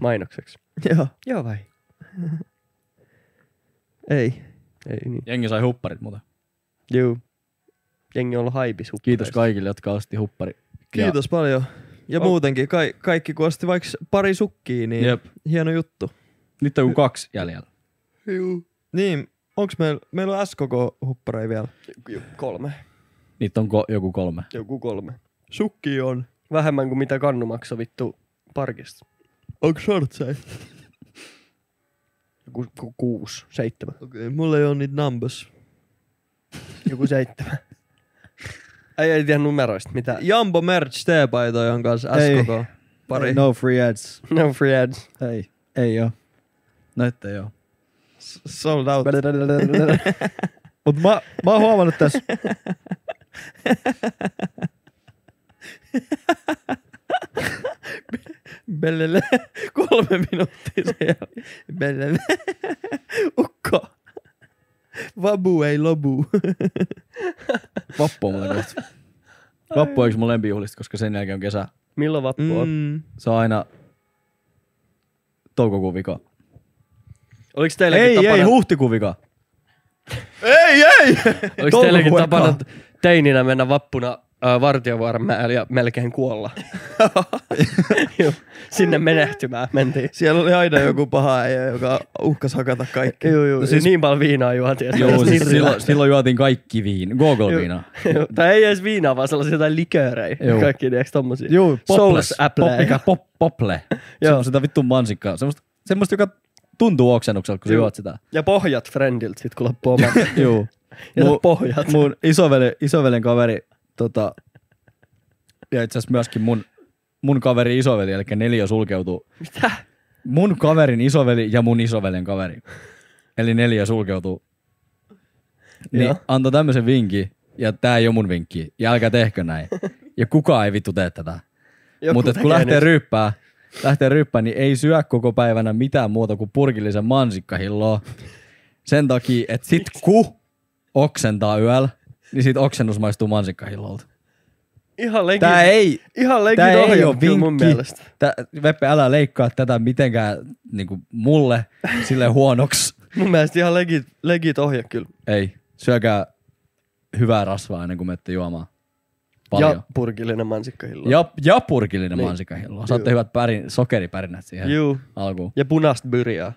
[SPEAKER 2] mainokseksi?
[SPEAKER 3] Joo.
[SPEAKER 2] Joo vai?
[SPEAKER 3] Ei.
[SPEAKER 2] Ei niin.
[SPEAKER 1] Jengi sai hupparit muuten.
[SPEAKER 2] Juu. Jengi on ollut haipis
[SPEAKER 1] Kiitos kaikille, jotka osti huppari.
[SPEAKER 3] Kiitos ja. paljon. Ja
[SPEAKER 2] On.
[SPEAKER 3] muutenkin, ka- kaikki kun osti vaikka pari sukkia, niin
[SPEAKER 1] Jep.
[SPEAKER 3] hieno juttu.
[SPEAKER 1] Nyt on kuin kaksi jäljellä.
[SPEAKER 2] Juu.
[SPEAKER 3] Niin, onks meillä, meillä on SKK-hupparei vielä?
[SPEAKER 2] Kolme.
[SPEAKER 1] Niitä on ko- joku kolme.
[SPEAKER 2] Joku kolme.
[SPEAKER 3] Sukki on.
[SPEAKER 2] Vähemmän kuin mitä kannu maksoi vittu parkista.
[SPEAKER 3] Onko shortsei?
[SPEAKER 2] Joku ku, kuusi, seitsemän.
[SPEAKER 3] Okei, okay, mulla ei ole niitä numbers.
[SPEAKER 2] Joku seitsemän. Ei, ei tiedä numeroista mitä.
[SPEAKER 3] Jambo merch T-paitoja on kanssa
[SPEAKER 1] Ei.
[SPEAKER 3] SKK. Pari.
[SPEAKER 1] No free ads.
[SPEAKER 2] No free ads.
[SPEAKER 1] Ei, ei oo. Näitä No ei oo.
[SPEAKER 3] S- Sold out.
[SPEAKER 1] Mut mä, mä oon huomannut tässä.
[SPEAKER 3] Bellelle. Kolme minuuttia sen jälkeen. Bellelle. Ukko. Vabu ei lobu.
[SPEAKER 1] Vappu on mulle kohta. Vappu on yksi mun lempijuhlista, koska sen jälkeen on kesä.
[SPEAKER 2] Milloin vappu on?
[SPEAKER 3] Mm.
[SPEAKER 1] Se on aina toukokuun vika.
[SPEAKER 2] Oliko teilläkin
[SPEAKER 1] Ei,
[SPEAKER 2] tapana,
[SPEAKER 1] ei, huhtikuun vika.
[SPEAKER 3] Ei, ei!
[SPEAKER 2] oliko teilläkin
[SPEAKER 1] toukokuun
[SPEAKER 2] tapana
[SPEAKER 1] ekaa.
[SPEAKER 2] teininä mennä vappuna äh, Vartiovuoren mäelle ja melkein kuolla? Juu, Sinne menehtymään mentiin.
[SPEAKER 3] Siellä oli aina joku paha äijä, joka uhkas hakata kaikki.
[SPEAKER 2] Joo, joo. No siis... Niin paljon viinaa juotiin. että niin
[SPEAKER 1] Joo,
[SPEAKER 2] ei
[SPEAKER 1] siis
[SPEAKER 2] edes
[SPEAKER 1] silloin, silloin juotiin kaikki viin. Google-viina.
[SPEAKER 2] Joo, tai ei edes viinaa, vaan sellaisia jotain liköörejä.
[SPEAKER 1] Joo.
[SPEAKER 2] Kaikki tiedätkö tommosia.
[SPEAKER 1] Joo,
[SPEAKER 2] Souls Apple.
[SPEAKER 1] Pop, mikä pop, pople. Joo. Sitä vittu mansikkaa. Semmosta, semmosta, joka tuntuu oksennukselta, kun sä
[SPEAKER 2] Joo.
[SPEAKER 1] juot sitä.
[SPEAKER 2] Ja pohjat friendiltä sit kun loppuu oma.
[SPEAKER 1] Joo.
[SPEAKER 2] Ja
[SPEAKER 1] Mun,
[SPEAKER 2] pohjat.
[SPEAKER 1] mun isoveli, isoveljen kaveri, tota, ja itse asiassa myöskin mun, mun kaveri isoveli, eli neljä sulkeutuu.
[SPEAKER 2] Mitä?
[SPEAKER 1] Mun kaverin isoveli ja mun isoveljen kaveri. Eli neljä sulkeutuu. Niin
[SPEAKER 2] Joo.
[SPEAKER 1] antoi tämmöisen vinkin, ja tää ei ole mun vinkki, ja älkää tehkö näin. Ja kukaan ei vittu tee tätä.
[SPEAKER 2] Joku
[SPEAKER 1] Mutta kun
[SPEAKER 2] tekee
[SPEAKER 1] lähtee
[SPEAKER 2] nyt.
[SPEAKER 1] ryyppää, lähtee ryyppää, niin ei syö koko päivänä mitään muuta kuin purkillisen mansikkahilloa. Sen takia, että sit ku oksentaa yöllä, niin sit oksennus maistuu mansikkahillolta.
[SPEAKER 2] Ihan leikit,
[SPEAKER 1] Tää ei,
[SPEAKER 2] ihan leikit
[SPEAKER 1] tää ei ole
[SPEAKER 2] ohjelma kyllä
[SPEAKER 1] vinkki.
[SPEAKER 2] mun mielestä.
[SPEAKER 1] Tää, Veppe, älä leikkaa tätä mitenkään niin kuin mulle sille huonoksi.
[SPEAKER 2] Mun mielestä ihan legit, legit ohje kyllä.
[SPEAKER 1] Ei, syökää hyvää rasvaa ennen kuin menette juomaan. Paljon.
[SPEAKER 2] Ja
[SPEAKER 1] Ja,
[SPEAKER 2] purkillinen mansikkahillo.
[SPEAKER 1] ja, ja purkillinen
[SPEAKER 2] Niin.
[SPEAKER 1] mansikkahillo. Saatte
[SPEAKER 2] Juu.
[SPEAKER 1] hyvät pärin, sokeripärinät siihen
[SPEAKER 2] Juu.
[SPEAKER 1] alkuun.
[SPEAKER 2] Ja punaista byrjaa.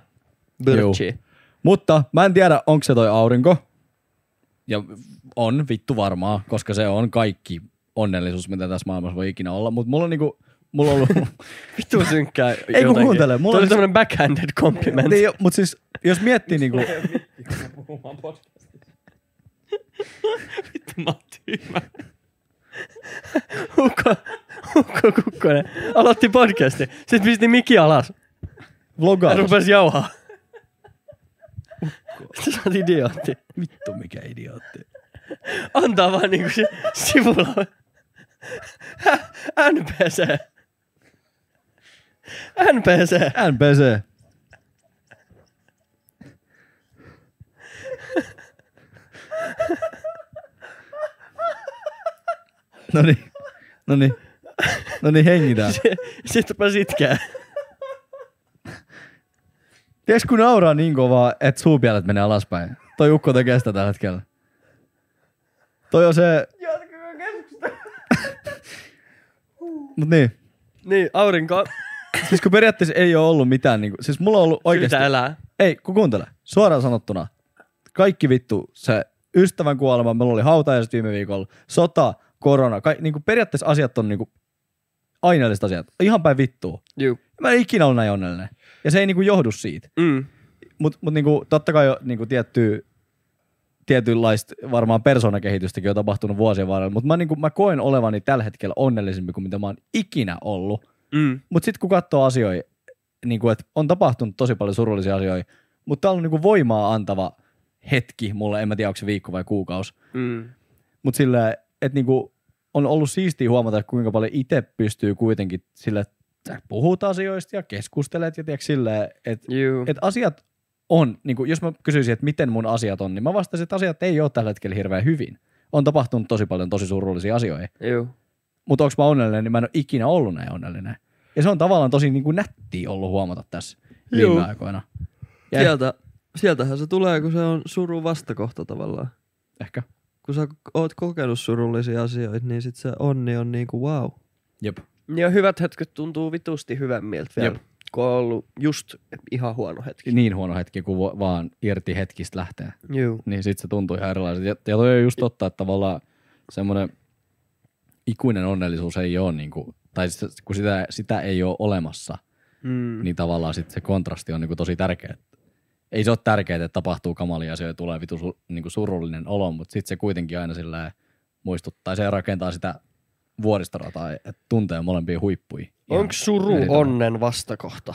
[SPEAKER 2] Byrchi.
[SPEAKER 1] Mutta mä en tiedä, onko se toi aurinko. Ja on vittu varmaa, koska se on kaikki onnellisuus, mitä tässä maailmassa voi ikinä olla. Mutta mulla on niinku, mulla on ollut...
[SPEAKER 2] Vittu synkkää
[SPEAKER 1] kun kuuntele, mulla
[SPEAKER 2] Mulla oli
[SPEAKER 1] oli-
[SPEAKER 2] tämmönen backhanded compliment.
[SPEAKER 1] niin, mutta siis, jos miettii niinku...
[SPEAKER 2] Mä oon
[SPEAKER 1] Niin.
[SPEAKER 2] tyhmä. Ukko, Ukko Kukkonen aloitti podcastin. Sitten pisti mikki alas. Ja
[SPEAKER 1] Vlogaus.
[SPEAKER 2] rupes jauhaa. Sitten sä oot idiootti.
[SPEAKER 1] Vittu, mikä idiootti.
[SPEAKER 2] Antaa vaan niinku si- sivulla. Hä? NPC. NPC.
[SPEAKER 1] NPC. No niin, no niin, no niin hengitään.
[SPEAKER 2] Sitten rupes itkää.
[SPEAKER 1] Tiedätkö, kun nauraa niin kovaa, että suupielet menee alaspäin? Toi ukko tekee sitä tällä hetkellä. Toi on se... Mut niin.
[SPEAKER 2] Niin, aurinko.
[SPEAKER 1] Siis kun periaatteessa ei ole ollut mitään niinku... Siis mulla on ollut oikeesti...
[SPEAKER 2] Syytä elää.
[SPEAKER 1] Ei, kun kuuntele. Suoraan sanottuna. Kaikki vittu. Se ystävän kuolema, meillä oli hautajaiset viime viikolla. Sota, korona. Ka- niinku periaatteessa asiat on niinku aineelliset asiat. Ihan päin vittua.
[SPEAKER 2] Juu.
[SPEAKER 1] Mä en ikinä ollut näin onnellinen. Ja se ei niinku johdu siitä.
[SPEAKER 2] Mm.
[SPEAKER 1] Mutta mut niinku, totta kai jo niinku tiettyä, tietynlaista varmaan persoonakehitystäkin on tapahtunut vuosien varrella, mutta mä, niinku, mä koen olevani tällä hetkellä onnellisempi kuin mitä mä oon ikinä ollut.
[SPEAKER 2] Mm.
[SPEAKER 1] Mutta sitten kun katsoo asioita, niinku, että on tapahtunut tosi paljon surullisia asioita, mutta tää on niinku voimaa antava hetki mulle, en mä tiedä onko se viikko vai kuukausi,
[SPEAKER 2] Mm.
[SPEAKER 1] mutta sillä, että niinku, on ollut siistiä huomata, kuinka paljon itse pystyy kuitenkin sillä, että sä puhut asioista ja keskustelet ja tiedätkö, sillä, että
[SPEAKER 2] Juu.
[SPEAKER 1] et asiat on, niin kuin, jos mä kysyisin, että miten mun asiat on, niin mä vastasin, että asiat ei ole tällä hetkellä hirveän hyvin. On tapahtunut tosi paljon tosi surullisia asioita.
[SPEAKER 3] Joo.
[SPEAKER 1] Mutta onko mä onnellinen, niin mä en ole ikinä ollut näin onnellinen. Ja se on tavallaan tosi niin kuin nättiä ollut huomata tässä viime
[SPEAKER 3] Juu.
[SPEAKER 1] aikoina. Ja
[SPEAKER 3] Sieltä, sieltähän se tulee, kun se on surun vastakohta tavallaan.
[SPEAKER 1] Ehkä.
[SPEAKER 3] Kun sä oot kokenut surullisia asioita, niin sit se onni on niinku wow.
[SPEAKER 1] Jep.
[SPEAKER 2] Ja hyvät hetket tuntuu vitusti hyvän mieltä vielä,
[SPEAKER 1] Jep.
[SPEAKER 2] kun on ollut just ihan huono hetki.
[SPEAKER 1] Niin huono hetki, kun vo- vaan irti hetkistä lähtee.
[SPEAKER 2] Joo.
[SPEAKER 1] niin sit se tuntuu ihan erilaiselta. Ja, ja toi on just totta, että tavallaan semmoinen ikuinen onnellisuus ei ole, niin kuin, tai sit, kun sitä, sitä ei ole olemassa,
[SPEAKER 2] Mm.
[SPEAKER 1] niin tavallaan sit se kontrasti on niin kuin tosi tärkeä. Ei se ole tärkeää, että tapahtuu kamalia asioita ja tulee vitu su, niin kuin surullinen olo, mutta sitten se kuitenkin aina sillä muistuttaa, se rakentaa sitä vuoristorataa, että tuntee molempia huippuja.
[SPEAKER 2] Onko suru
[SPEAKER 1] Ei.
[SPEAKER 2] onnen vastakohta?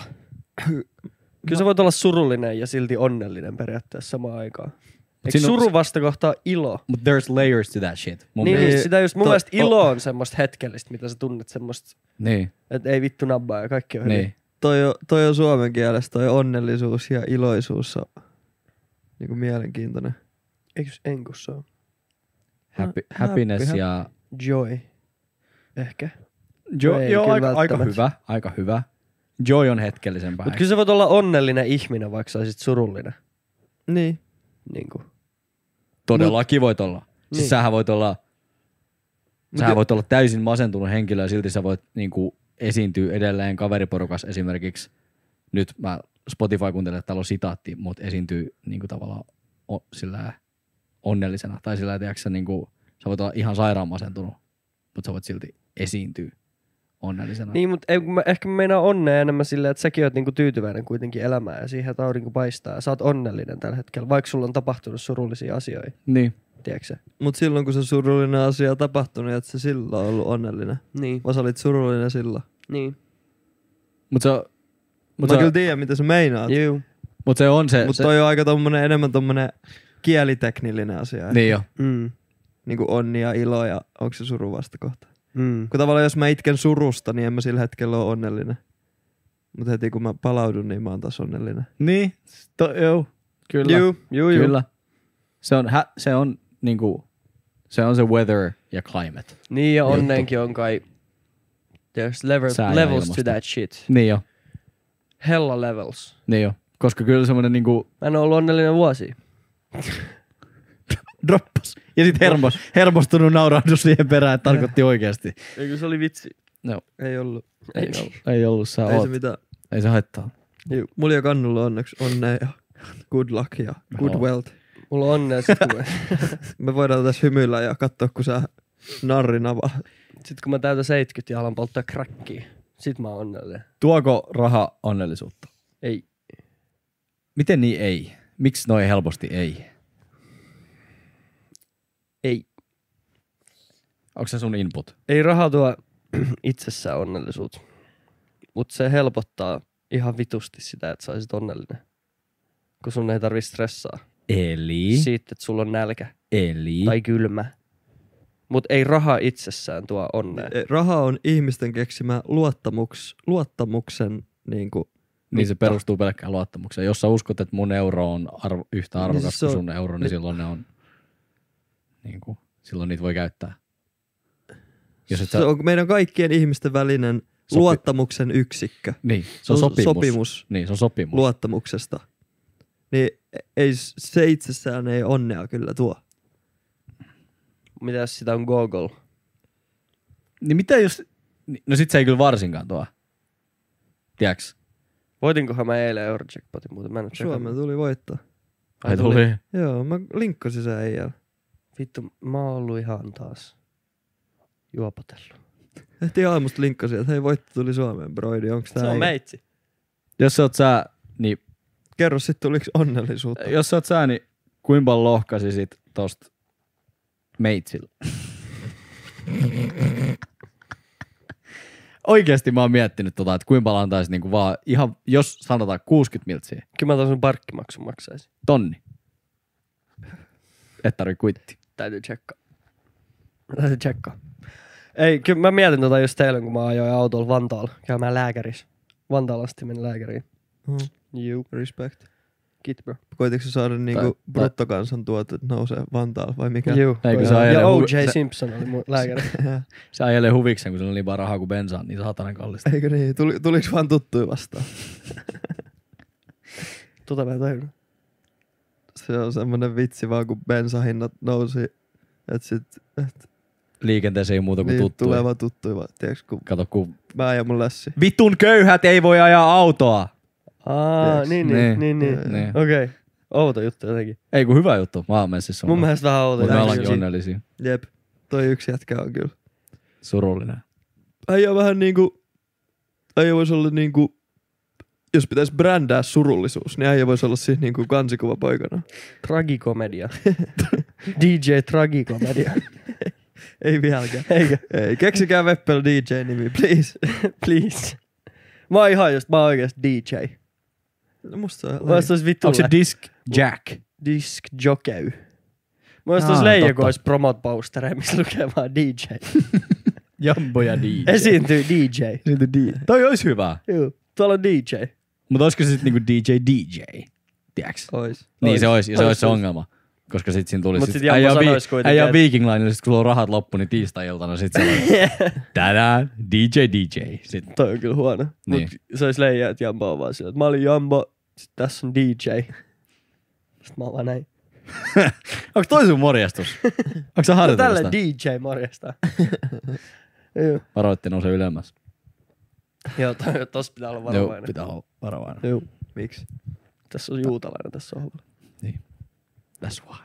[SPEAKER 2] Kyllä sä voit olla surullinen ja silti onnellinen periaatteessa samaan aikaan. Eikö
[SPEAKER 1] siinä on-
[SPEAKER 2] surun vastakohta ole ilo?
[SPEAKER 1] Mutta there's layers to that shit. Mun
[SPEAKER 2] Niin,
[SPEAKER 1] mielestä-
[SPEAKER 2] niin, sitä just mun
[SPEAKER 3] to-
[SPEAKER 2] mielestä
[SPEAKER 3] to-
[SPEAKER 2] ilo on semmoista hetkellistä, mitä sä tunnet semmoista,
[SPEAKER 1] niin,
[SPEAKER 2] että ei vittu nabbaa ja kaikki on hyvin.
[SPEAKER 1] niin.
[SPEAKER 3] Toi on, toi on suomen kielessä toi onnellisuus ja iloisuus on niinku mielenkiintoinen.
[SPEAKER 2] Eikö se enkus se on?
[SPEAKER 1] Happy,
[SPEAKER 3] Ha-
[SPEAKER 1] happiness
[SPEAKER 3] happy,
[SPEAKER 1] ja
[SPEAKER 2] Joy. Ehkä.
[SPEAKER 1] Jo,
[SPEAKER 2] Ei
[SPEAKER 1] joo,
[SPEAKER 2] kyllä
[SPEAKER 1] aika, aika
[SPEAKER 2] välttämättä.
[SPEAKER 1] hyvä, aika hyvä. Joy on hetkellisempää.
[SPEAKER 2] Mutta kyllä sä voit olla onnellinen ihminen, vaikka sä olisit surullinen.
[SPEAKER 3] Niin.
[SPEAKER 2] Niin kuin.
[SPEAKER 1] Todellakin voit olla. Siis
[SPEAKER 2] Niin.
[SPEAKER 1] sähän voit olla, sähän
[SPEAKER 3] Mut-
[SPEAKER 1] voit olla täysin masentunut henkilö ja silti sä voit niinku, esiintyä edelleen kaveriporukas esimerkiksi. Nyt mä Spotify kuuntelen, että täällä on sitaatti, mutta esiintyy niinku, tavallaan o, sillä onnellisena. Tai sillä tiedätkö, sä, niinku, sä voit olla ihan sairaan masentunut, mutta sä voit silti esiintyä onnellisena.
[SPEAKER 2] Niin, mutta ei, kun mä, ehkä mä meinaan onnea enemmän silleen, että säkin oot niinku tyytyväinen kuitenkin elämään ja siihen, että aurinko paistaa. ja Sä oot onnellinen tällä hetkellä, vaikka sulla on tapahtunut surullisia asioita,
[SPEAKER 1] niin.
[SPEAKER 2] tiedätkö sä?
[SPEAKER 3] Mut silloin kun se surullinen asia on tapahtunut, että se silloin on ollut onnellinen.
[SPEAKER 2] Niin.
[SPEAKER 3] Vaan sä olit surullinen silloin.
[SPEAKER 2] Niin.
[SPEAKER 1] Mutta se, mut
[SPEAKER 3] Mut mä
[SPEAKER 1] se,
[SPEAKER 3] kyllä tiedän mitä sä meinaat.
[SPEAKER 2] Juu.
[SPEAKER 1] mut se on se.
[SPEAKER 3] Mut
[SPEAKER 1] se
[SPEAKER 3] toi on aika tommonen, enemmän tommonen kieliteknillinen asia.
[SPEAKER 1] niin jo.
[SPEAKER 2] Mm.
[SPEAKER 3] Niinku onni ja ilo ja onko se surun vastakohta.
[SPEAKER 2] Mm.
[SPEAKER 3] Kun tavallaan jos mä itken surusta, niin en mä sillä hetkellä ole onnellinen. Mutta heti kun mä palaudun, niin mä oon taas onnellinen.
[SPEAKER 1] Niin, to, joo, kyllä.
[SPEAKER 2] Juu, juu, juu.
[SPEAKER 1] kyllä. Se on, hä, se on niinku, se on se weather ja climate.
[SPEAKER 2] Niin ja
[SPEAKER 1] Juttu.
[SPEAKER 2] onneenkin on kai, there's level,
[SPEAKER 1] Sää ja
[SPEAKER 2] levels to
[SPEAKER 1] ilmasto.
[SPEAKER 2] that shit.
[SPEAKER 1] Niin jo,
[SPEAKER 2] Hella levels.
[SPEAKER 1] niin jo. Koska kyllä semmoinen niinku
[SPEAKER 2] Mä en ole ollut onnellinen vuosi.
[SPEAKER 1] droppas. Ja sitten hermos, hermostunut naurahdus siihen perään, että tarkoitti oikeasti.
[SPEAKER 2] Eikö se oli vitsi?
[SPEAKER 3] Ei ollut.
[SPEAKER 2] Ei,
[SPEAKER 1] Ei ollut, sä
[SPEAKER 3] Ei
[SPEAKER 1] oot.
[SPEAKER 3] se mitään.
[SPEAKER 1] Ei se haittaa.
[SPEAKER 3] Mulla ja Kannulla onneksi onnea ja good luck ja good
[SPEAKER 1] Joo.
[SPEAKER 3] wealth.
[SPEAKER 2] Mulla on onnea sit, kun mä,
[SPEAKER 3] Me voidaan tässä hymyillä ja katsoa, kun sä narrin avaa.
[SPEAKER 2] sit kun mä täytän 70 ja alan polttaa crackia. Sit mä oon onnellinen.
[SPEAKER 1] Tuoko raha onnellisuutta?
[SPEAKER 2] Ei.
[SPEAKER 1] Miten niin ei? Miksi noin helposti ei?
[SPEAKER 2] Ei.
[SPEAKER 1] Onko se sun input?
[SPEAKER 2] Ei raha tuo itsessään onnellisuutta. Mut se helpottaa ihan vitusti sitä, että saisit onnellinen. Kun sun ei tarvi stressaa.
[SPEAKER 1] Eli,
[SPEAKER 2] Siitä, että sulla on nälkä.
[SPEAKER 1] eli.
[SPEAKER 2] tai kylmä. Mutta ei raha itsessään tuo onnea.
[SPEAKER 1] Niin.
[SPEAKER 3] E, Raha on ihmisten keksimä luottamuks, luottamuksen niin kuin,
[SPEAKER 1] Niin se perustuu pelkkään luottamukseen. Jos sä uskot, että mun euro on arvo, yhtä arvokas niin
[SPEAKER 3] siis se
[SPEAKER 1] kuin
[SPEAKER 3] on-
[SPEAKER 1] sun euro, niin
[SPEAKER 3] ni-
[SPEAKER 1] silloin ne on, niin kuin, silloin niitä voi käyttää. Jos et sä,
[SPEAKER 3] se on meidän kaikkien ihmisten välinen
[SPEAKER 1] Sopi-
[SPEAKER 3] luottamuksen yksikkö.
[SPEAKER 1] niin, se on sopimus.
[SPEAKER 3] sopimus
[SPEAKER 1] Niin, se on sopimus.
[SPEAKER 3] luottamuksesta. Niin ei, se itsessään ei onnea kyllä tuo.
[SPEAKER 2] Mitä jos sitä on Google?
[SPEAKER 1] niin mitä jos, niin- no sit se ei kyllä varsinkaan tuo. Tiedäks?
[SPEAKER 2] Voitinkohan mä eilen Eurojackpotin muuten? Mä en oo tsekannut.
[SPEAKER 3] Suomeen tuli voittaa.
[SPEAKER 2] Ai tuli.
[SPEAKER 3] Joo, mä linkkasin sen eilen.
[SPEAKER 2] Vittu, mä oon ollut ihan taas juopotellut.
[SPEAKER 3] Heti aamusta linkkasin, että hei voitto tuli Suomeen, broidi, onks tää?
[SPEAKER 2] Se on
[SPEAKER 3] ei-
[SPEAKER 2] meitsi.
[SPEAKER 1] Jos sä oot sä, niin,
[SPEAKER 3] Kerro sit tuliks onnellisuutta.
[SPEAKER 1] jos sä oot sä, niin kuinka paljon lohkasisit tosta meitsillä? Oikeesti mä oon miettinyt tota, että kuinka paljon antaisi niinku vaan ihan, jos sanotaan 60 miltsiä,
[SPEAKER 2] Kyllä mä taas sun parkkimaksun maksaisin.
[SPEAKER 1] tonni. Et tarvi kuitti.
[SPEAKER 2] Täytyy tsekkaa. Täytyy tsekkaa. Ei, kyllä mä mietin tota just eilen, kun mä ajoin autolla Vantaalla käymään lääkärissä. Vantaalla asti menin lääkäriin.
[SPEAKER 3] Mm,
[SPEAKER 2] Juu.
[SPEAKER 3] respect.
[SPEAKER 2] Kit bro.
[SPEAKER 3] Koititko sä saada niinku bruttokansantuotet nousee Vantaalla vai mikä?
[SPEAKER 2] Juu.
[SPEAKER 1] Eikö se
[SPEAKER 2] Ja
[SPEAKER 1] ajele,
[SPEAKER 2] O.J.
[SPEAKER 1] huvi, se,
[SPEAKER 2] Simpson oli mun lääkäri.
[SPEAKER 1] se ajele huviksen, kun sillä on niin paljon rahaa kuin bensaa, niin saatanan kallista.
[SPEAKER 3] Eikö niin? Tuli, tuliks vaan tuttuja vastaan?
[SPEAKER 2] tota mä en tajunnut.
[SPEAKER 3] Se on semmonen vitsi vaan kun bensahinnat nousi. Et sit
[SPEAKER 1] Liikenteeseen ei muuta kuin
[SPEAKER 3] niin,
[SPEAKER 1] tuttu.
[SPEAKER 3] tulee vaan tuttuja vaan. Tiiäks kun
[SPEAKER 1] Kato, kun
[SPEAKER 3] mä ja mun lässi.
[SPEAKER 1] vitun köyhät ei voi ajaa autoa.
[SPEAKER 2] Aa,
[SPEAKER 3] Tiiäks?
[SPEAKER 2] niin,
[SPEAKER 1] Niin.
[SPEAKER 2] niin, niin, niin.
[SPEAKER 1] Niin.
[SPEAKER 2] Okei. Okay. Outo juttu jotenkin.
[SPEAKER 1] Ei kun hyvä juttu, mä oon messissä.
[SPEAKER 2] Mun mielestä vähän outo.
[SPEAKER 1] Mutta me
[SPEAKER 2] juttu.
[SPEAKER 1] ollaankin
[SPEAKER 2] Siinä-
[SPEAKER 1] onnellisia.
[SPEAKER 3] Jep. Toi yksi jätkä on kyllä.
[SPEAKER 1] Surullinen.
[SPEAKER 3] Äijä vähän niinku... Äijä vois olla niinku... Jos pitäisi brändää surullisuus, niin äijä voisi olla siis niinku kansikuva poikana.
[SPEAKER 2] Tragikomedia. DJ Tragikomedia.
[SPEAKER 3] Ei vieläkään.
[SPEAKER 2] Eikö?
[SPEAKER 3] Ei, keksikää Veppel DJ-nimi, please.
[SPEAKER 2] Please. Mä oon ihan just, mä oon oikeesti DJ.
[SPEAKER 3] No musta se on
[SPEAKER 2] Mä ois vittu
[SPEAKER 1] Onko se Disc Jack?
[SPEAKER 2] disc jockey. Mä ois tos
[SPEAKER 1] Aa,
[SPEAKER 2] leija, kun
[SPEAKER 1] totta.
[SPEAKER 2] ois promot postereja, missä lukee vaan DJ.
[SPEAKER 1] Jambo ja DJ.
[SPEAKER 2] Esiintyy DJ.
[SPEAKER 3] Siitä di.
[SPEAKER 1] Toi olisi hyvä.
[SPEAKER 2] Juu. Tuolla on DJ.
[SPEAKER 1] Mutta olisiko se sitten niinku DJ DJ? Tiiäks?
[SPEAKER 3] Ois.
[SPEAKER 1] Niin se olisi, ja se
[SPEAKER 2] Ois,
[SPEAKER 1] olisi se
[SPEAKER 2] ois.
[SPEAKER 1] ongelma. Koska sit siinä tulisi
[SPEAKER 2] Mut
[SPEAKER 1] sit,
[SPEAKER 2] sit Jampo
[SPEAKER 1] äijä on
[SPEAKER 2] sanois kuitenkin,
[SPEAKER 1] äijä on
[SPEAKER 2] että-
[SPEAKER 1] Viking Line, sit kun on rahat loppu, niin tiistai-iltana sit se on tänään DJ DJ. Sit,
[SPEAKER 2] Toi on kyllä huono.
[SPEAKER 1] Niin.
[SPEAKER 2] Niin. Mut se ois leija, että Jamba on vaan sillä, että mä olin Jamba, sit tässä on DJ. Sit mä oon vaan näin.
[SPEAKER 1] onko toi sun morjastus? onko sä
[SPEAKER 2] No
[SPEAKER 1] harjoitellut
[SPEAKER 2] tällä
[SPEAKER 1] sitä?
[SPEAKER 2] DJ morjesta. Joo.
[SPEAKER 1] Varoitti nousee ylemmäs.
[SPEAKER 2] Joo, toi, tossa pitää olla
[SPEAKER 1] Joo,
[SPEAKER 2] varovainen.
[SPEAKER 1] pitää olla varovainen.
[SPEAKER 2] Joo.
[SPEAKER 3] Miksi?
[SPEAKER 2] Tässä on juutalainen tässä sohvalla.
[SPEAKER 1] That's why.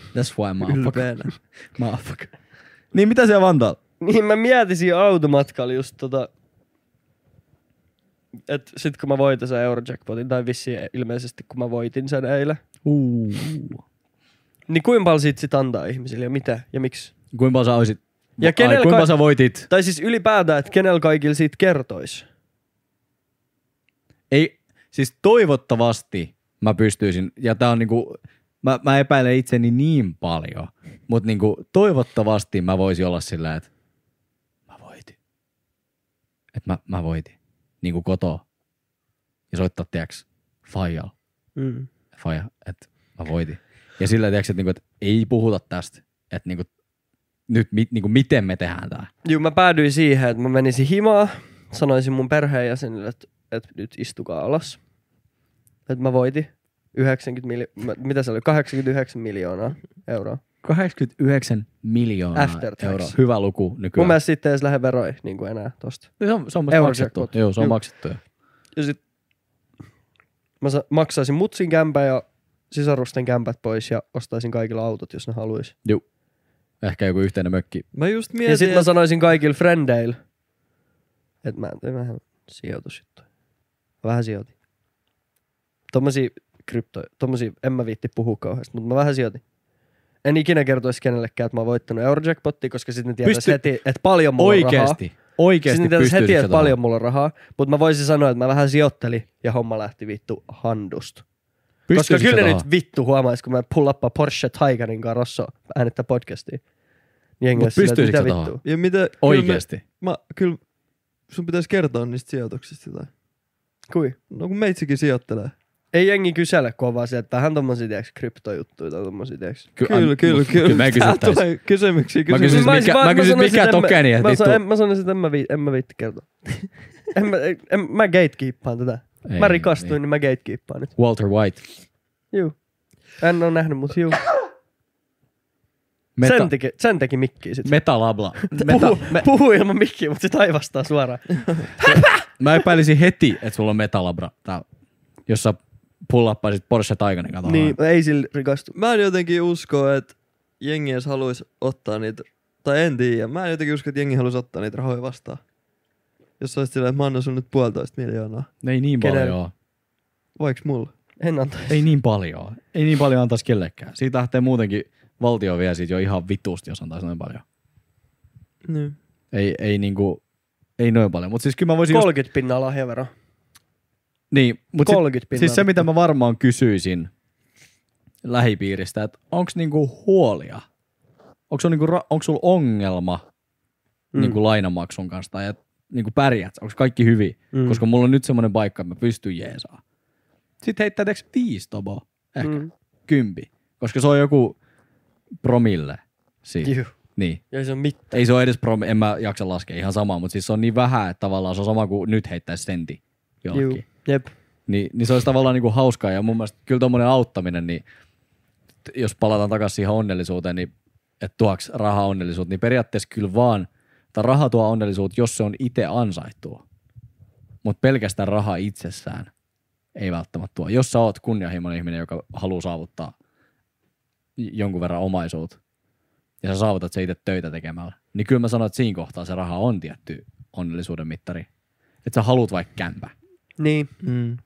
[SPEAKER 1] That's why, motherfucker.
[SPEAKER 3] Ylpeänä.
[SPEAKER 1] motherfucker. Niin mitä siellä Vantaalla?
[SPEAKER 2] Niin mä mietisin automatkalla just tota, että sit kun mä voitin sen Eurojackpotin, tai vissiin ilmeisesti kun mä voitin sen eilen,
[SPEAKER 1] Uu.
[SPEAKER 2] niin kuinka paljon siitä sit antaa ihmisille ja mitä ja miksi?
[SPEAKER 1] Kuinka sä olisit?
[SPEAKER 2] Ja
[SPEAKER 1] Ai,
[SPEAKER 2] kenellä
[SPEAKER 1] kuinka
[SPEAKER 2] ka-
[SPEAKER 1] sä voitit?
[SPEAKER 2] Tai siis ylipäätään, että kenellä kaikilla siitä kertois.
[SPEAKER 1] Ei, siis toivottavasti mä pystyisin, ja tää on niinku, mä, mä epäilen itseni niin paljon, mutta niinku, toivottavasti mä voisin olla sillä, että mä voitin. Että mä, mä voitin. Niinku kotoa. Ja soittaa, tiiäks, faijalla.
[SPEAKER 2] Mm.
[SPEAKER 1] Faija, että mä voitin. Ja sillä, tiiäks, että niinku, et ei puhuta tästä. Että niinku, nyt mi, niinku, miten me tehdään tää.
[SPEAKER 2] Juu, mä päädyin siihen, että mä menisin himaa, sanoisin mun perheenjäsenille, että, että nyt istukaa alas. Että mä voitin 90 miljo- mä- mitä se oli, 89 miljoonaa euroa.
[SPEAKER 1] 89 miljoonaa
[SPEAKER 2] After tax.
[SPEAKER 1] euroa. Hyvä luku
[SPEAKER 2] Mun
[SPEAKER 1] nykyään.
[SPEAKER 2] mielestä sitten ei edes lähde veroihin niin kuin enää tosta.
[SPEAKER 1] Se on, se on
[SPEAKER 2] Eurojackpot.
[SPEAKER 1] maksettu. Joo, se on
[SPEAKER 2] Juu.
[SPEAKER 1] maksettu jo.
[SPEAKER 2] Ja sit mä sa- maksaisin mutsin kämpän ja sisarusten kämpät pois ja ostaisin kaikilla autot, jos ne haluaisi.
[SPEAKER 1] Ehkä joku yhteinen mökki.
[SPEAKER 3] Mä just
[SPEAKER 2] Ja
[SPEAKER 3] mietin,
[SPEAKER 2] Niin sit mä
[SPEAKER 3] että
[SPEAKER 2] sanoisin kaikille frendeille, että mä tein vähän sijoitusjuttuja. Mä Vähän sijoitin. Tommosia kryptoja, tommosia en mä viitti puhua kauheasti, mutta mä vähän sijoitin. En ikinä kertoisi kenellekään, että mä oon voittanut Eurojackpotti, koska sitten ne tietäis
[SPEAKER 1] Pysty-
[SPEAKER 2] heti, että paljon mulla on rahaa.
[SPEAKER 1] Oikeesti. Oikeesti
[SPEAKER 2] Sitten tietysti heti,
[SPEAKER 1] pystyisit
[SPEAKER 2] että
[SPEAKER 1] katsomaan.
[SPEAKER 2] paljon mulla on rahaa, mutta mä voisin sanoa, että mä vähän sijoittelin ja homma lähti vittu handusta. Koska
[SPEAKER 1] Pystyisit
[SPEAKER 2] kyllä ne
[SPEAKER 1] katsomaan.
[SPEAKER 2] nyt vittu huomaisi, kun mä pullappaan Porsche Taycanin kanssa Rosso äänittää podcastia. Jengi
[SPEAKER 1] Mut
[SPEAKER 2] olisi silleen, että
[SPEAKER 1] pystyisit
[SPEAKER 2] mitä
[SPEAKER 1] sä
[SPEAKER 2] vittu.
[SPEAKER 3] ja mitä...
[SPEAKER 1] Oikeesti.
[SPEAKER 3] Kyllä, mä, mä, kyllä sun pitäisi kertoa niistä sijoituksista jotain.
[SPEAKER 2] Kui?
[SPEAKER 3] No kun meitsikin sijoittelee.
[SPEAKER 2] Ei jengi kysele, kun on vaan se, että vähän tommosia tiiäks, kryptojuttuja tai tommosia tiiäks.
[SPEAKER 1] Ky-
[SPEAKER 3] Kyllä,
[SPEAKER 1] an-
[SPEAKER 3] kyllä,
[SPEAKER 1] mut-
[SPEAKER 3] kyllä.
[SPEAKER 1] Kyllä me
[SPEAKER 3] Tää
[SPEAKER 1] kysyttäis.
[SPEAKER 3] tulee kysymyksiä,
[SPEAKER 1] Mä
[SPEAKER 3] kysymyksiä.
[SPEAKER 1] kysyisin,
[SPEAKER 2] Mä olisin
[SPEAKER 1] mikä,
[SPEAKER 2] vaan-
[SPEAKER 1] mä kysyisin,
[SPEAKER 2] sanoisin,
[SPEAKER 1] mikä
[SPEAKER 2] että en mä-
[SPEAKER 1] tokeni, että
[SPEAKER 2] Mä,
[SPEAKER 1] vittu.
[SPEAKER 2] sanon, en, mä sanoisin, että en mä, vi, en mä viitti kertoa. en mä, en, mä gatekeeppaan tätä.
[SPEAKER 1] Ei,
[SPEAKER 2] Ei, mä rikastuin,
[SPEAKER 1] ei.
[SPEAKER 2] niin. niin mä gatekeeppaan nyt.
[SPEAKER 1] Walter White.
[SPEAKER 2] Juu. En oo nähnyt, mut juu.
[SPEAKER 1] Meta,
[SPEAKER 2] Sen teki, sen teki mikkiä sit.
[SPEAKER 1] metalabla. Meta,
[SPEAKER 2] Puhu, me... puhu ilman mikkiä, mutta se taivastaa suoraan.
[SPEAKER 1] mä epäilisin heti, että sulla on metalabra. Tää, jos sä pullappaisit Porsche Taycanin katsomaan.
[SPEAKER 2] niin, ei sillä rikastu.
[SPEAKER 3] Mä en jotenkin usko, että jengi edes haluaisi ottaa niitä, tai en tiedä, mä en jotenkin usko, että jengi haluaisi ottaa niitä rahoja vastaan. Jos sä olisit silleen, että mä annan sun nyt puolitoista miljoonaa,
[SPEAKER 1] Ei niin
[SPEAKER 2] Kenellä?
[SPEAKER 1] paljon.
[SPEAKER 3] vaikka mulla.
[SPEAKER 2] En antaa.
[SPEAKER 1] Ei niin paljon. Ei niin paljon antaisi kellekään. Siitä lähtee muutenkin valtio vie siitä jo ihan vitusti, jos antaisi noin paljon.
[SPEAKER 3] Niin.
[SPEAKER 1] Ei, ei niinku, ei noin paljon. Mutta siis kyllä mä voisin just
[SPEAKER 2] 30 pinnaa lahjavero.
[SPEAKER 1] Niin, mutta
[SPEAKER 2] 30
[SPEAKER 1] sit,
[SPEAKER 2] pinnaa.
[SPEAKER 1] siis se, mitä mä varmaan kysyisin lähipiiristä, että onko niinku huolia? Onko sulla, niinku, ra- onks sulla ongelma mm. niinku lainamaksun kanssa tai et, niinku pärjät? Onko kaikki hyvin? Mm. Koska mulla on nyt semmoinen paikka, että mä pystyn jeesaa. Sitten heittää tiiäks viisi toboa. Ehkä. Mm.
[SPEAKER 4] Mm.
[SPEAKER 1] Kympi. Koska se on joku promille. Siitä.
[SPEAKER 2] Juh.
[SPEAKER 1] Niin.
[SPEAKER 4] Ja se on mit.
[SPEAKER 1] Ei se ole edes prom, en mä jaksa laskea ihan samaa, mutta siis se on niin vähän, että tavallaan se on sama kuin nyt heittäisi sentti jollekin.
[SPEAKER 2] Juu. Jep.
[SPEAKER 1] Niin, niin se olisi tavallaan niinku hauskaa ja mun mielestä kyllä tuommoinen auttaminen, niin t- jos palataan takaisin siihen onnellisuuteen, niin että tuoks raha onnellisuutta, niin periaatteessa kyllä vaan, tai raha tuo onnellisuutta, jos se on itse ansaittua. Mutta pelkästään raha itsessään ei välttämättä tuo. Jos sä oot kunnianhimoinen ihminen, joka haluaa saavuttaa j- jonkun verran omaisuutta, ja sä saavutat se itse töitä tekemällä, niin kyllä mä sanon, että siinä kohtaa se raha on tietty onnellisuuden mittari. Että sä haluat vaikka kämpä.
[SPEAKER 2] Niin.
[SPEAKER 3] Mm.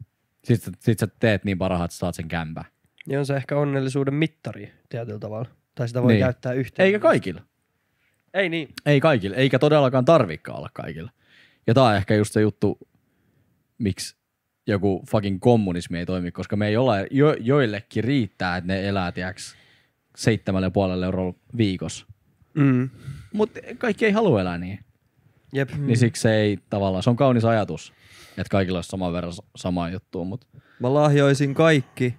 [SPEAKER 1] Sit, sä- sit sä teet niin parhaat, että saat sen kämpää.
[SPEAKER 2] Niin on se ehkä onnellisuuden mittari tietyllä tavalla. Tai sitä voi
[SPEAKER 1] Niin.
[SPEAKER 2] niin. käyttää yhteen.
[SPEAKER 1] Eikä kaikilla.
[SPEAKER 2] Ei niin.
[SPEAKER 1] Ei kaikilla. Eikä todellakaan tarvikaan olla kaikilla. Ja tää on ehkä just se juttu, miksi joku fucking kommunismi ei toimi, koska me ei olla, jo, joillekin riittää, että ne elää, tiiäks, seitsemälle ja puolelle eurolla viikossa.
[SPEAKER 2] Mm.
[SPEAKER 1] Mutta kaikki ei halua elää niin.
[SPEAKER 2] Jep.
[SPEAKER 1] Mm. Niin siksi se ei tavallaan, se on kaunis ajatus, että kaikilla olisi saman verran s- samaa juttua, mutta
[SPEAKER 3] Mä lahjoisin kaikki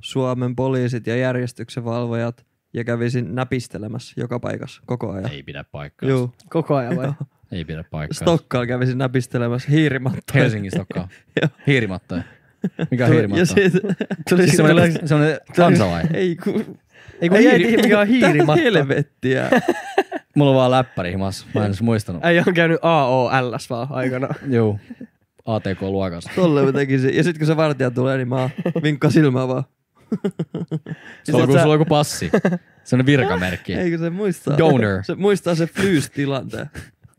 [SPEAKER 3] Suomen poliisit ja järjestyksenvalvojat ja kävisin näpistelemässä joka paikassa koko ajan.
[SPEAKER 1] ei pidä paikkaa.
[SPEAKER 3] Juu,
[SPEAKER 2] Koko ajan vai?
[SPEAKER 1] Ei pidä paikkaa.
[SPEAKER 3] Stokkalla kävisin näpistelemässä hiirimattoja.
[SPEAKER 1] Helsingin Stokkaa.
[SPEAKER 3] Joo.
[SPEAKER 1] Hiirimattoja. Mikä on
[SPEAKER 3] Ja
[SPEAKER 1] hiirimattoja?
[SPEAKER 3] sit,
[SPEAKER 2] Tuli
[SPEAKER 1] Siis semmoinen, semmoinen kansalainen.
[SPEAKER 3] ei kun,
[SPEAKER 2] Ei kun ei tiedä mikä on hiirimatto.
[SPEAKER 3] Tää Helvettiä.
[SPEAKER 1] Mulla on vaan läppäri himassa. Mä en edes muistanut.
[SPEAKER 2] Ei on käynyt AOLS vaan aikana.
[SPEAKER 1] Juu. ATK-luokassa.
[SPEAKER 3] Tolle mä tekisin. Ja sit kun se vartija tulee, niin mä vinkkaan silmää vaan.
[SPEAKER 1] Sulla on, kun sulla on joku passi. Semmoinen virkamerkki.
[SPEAKER 3] Eikö se muistaa?
[SPEAKER 1] Donor.
[SPEAKER 3] Se muistaa se flyys-tilanteen.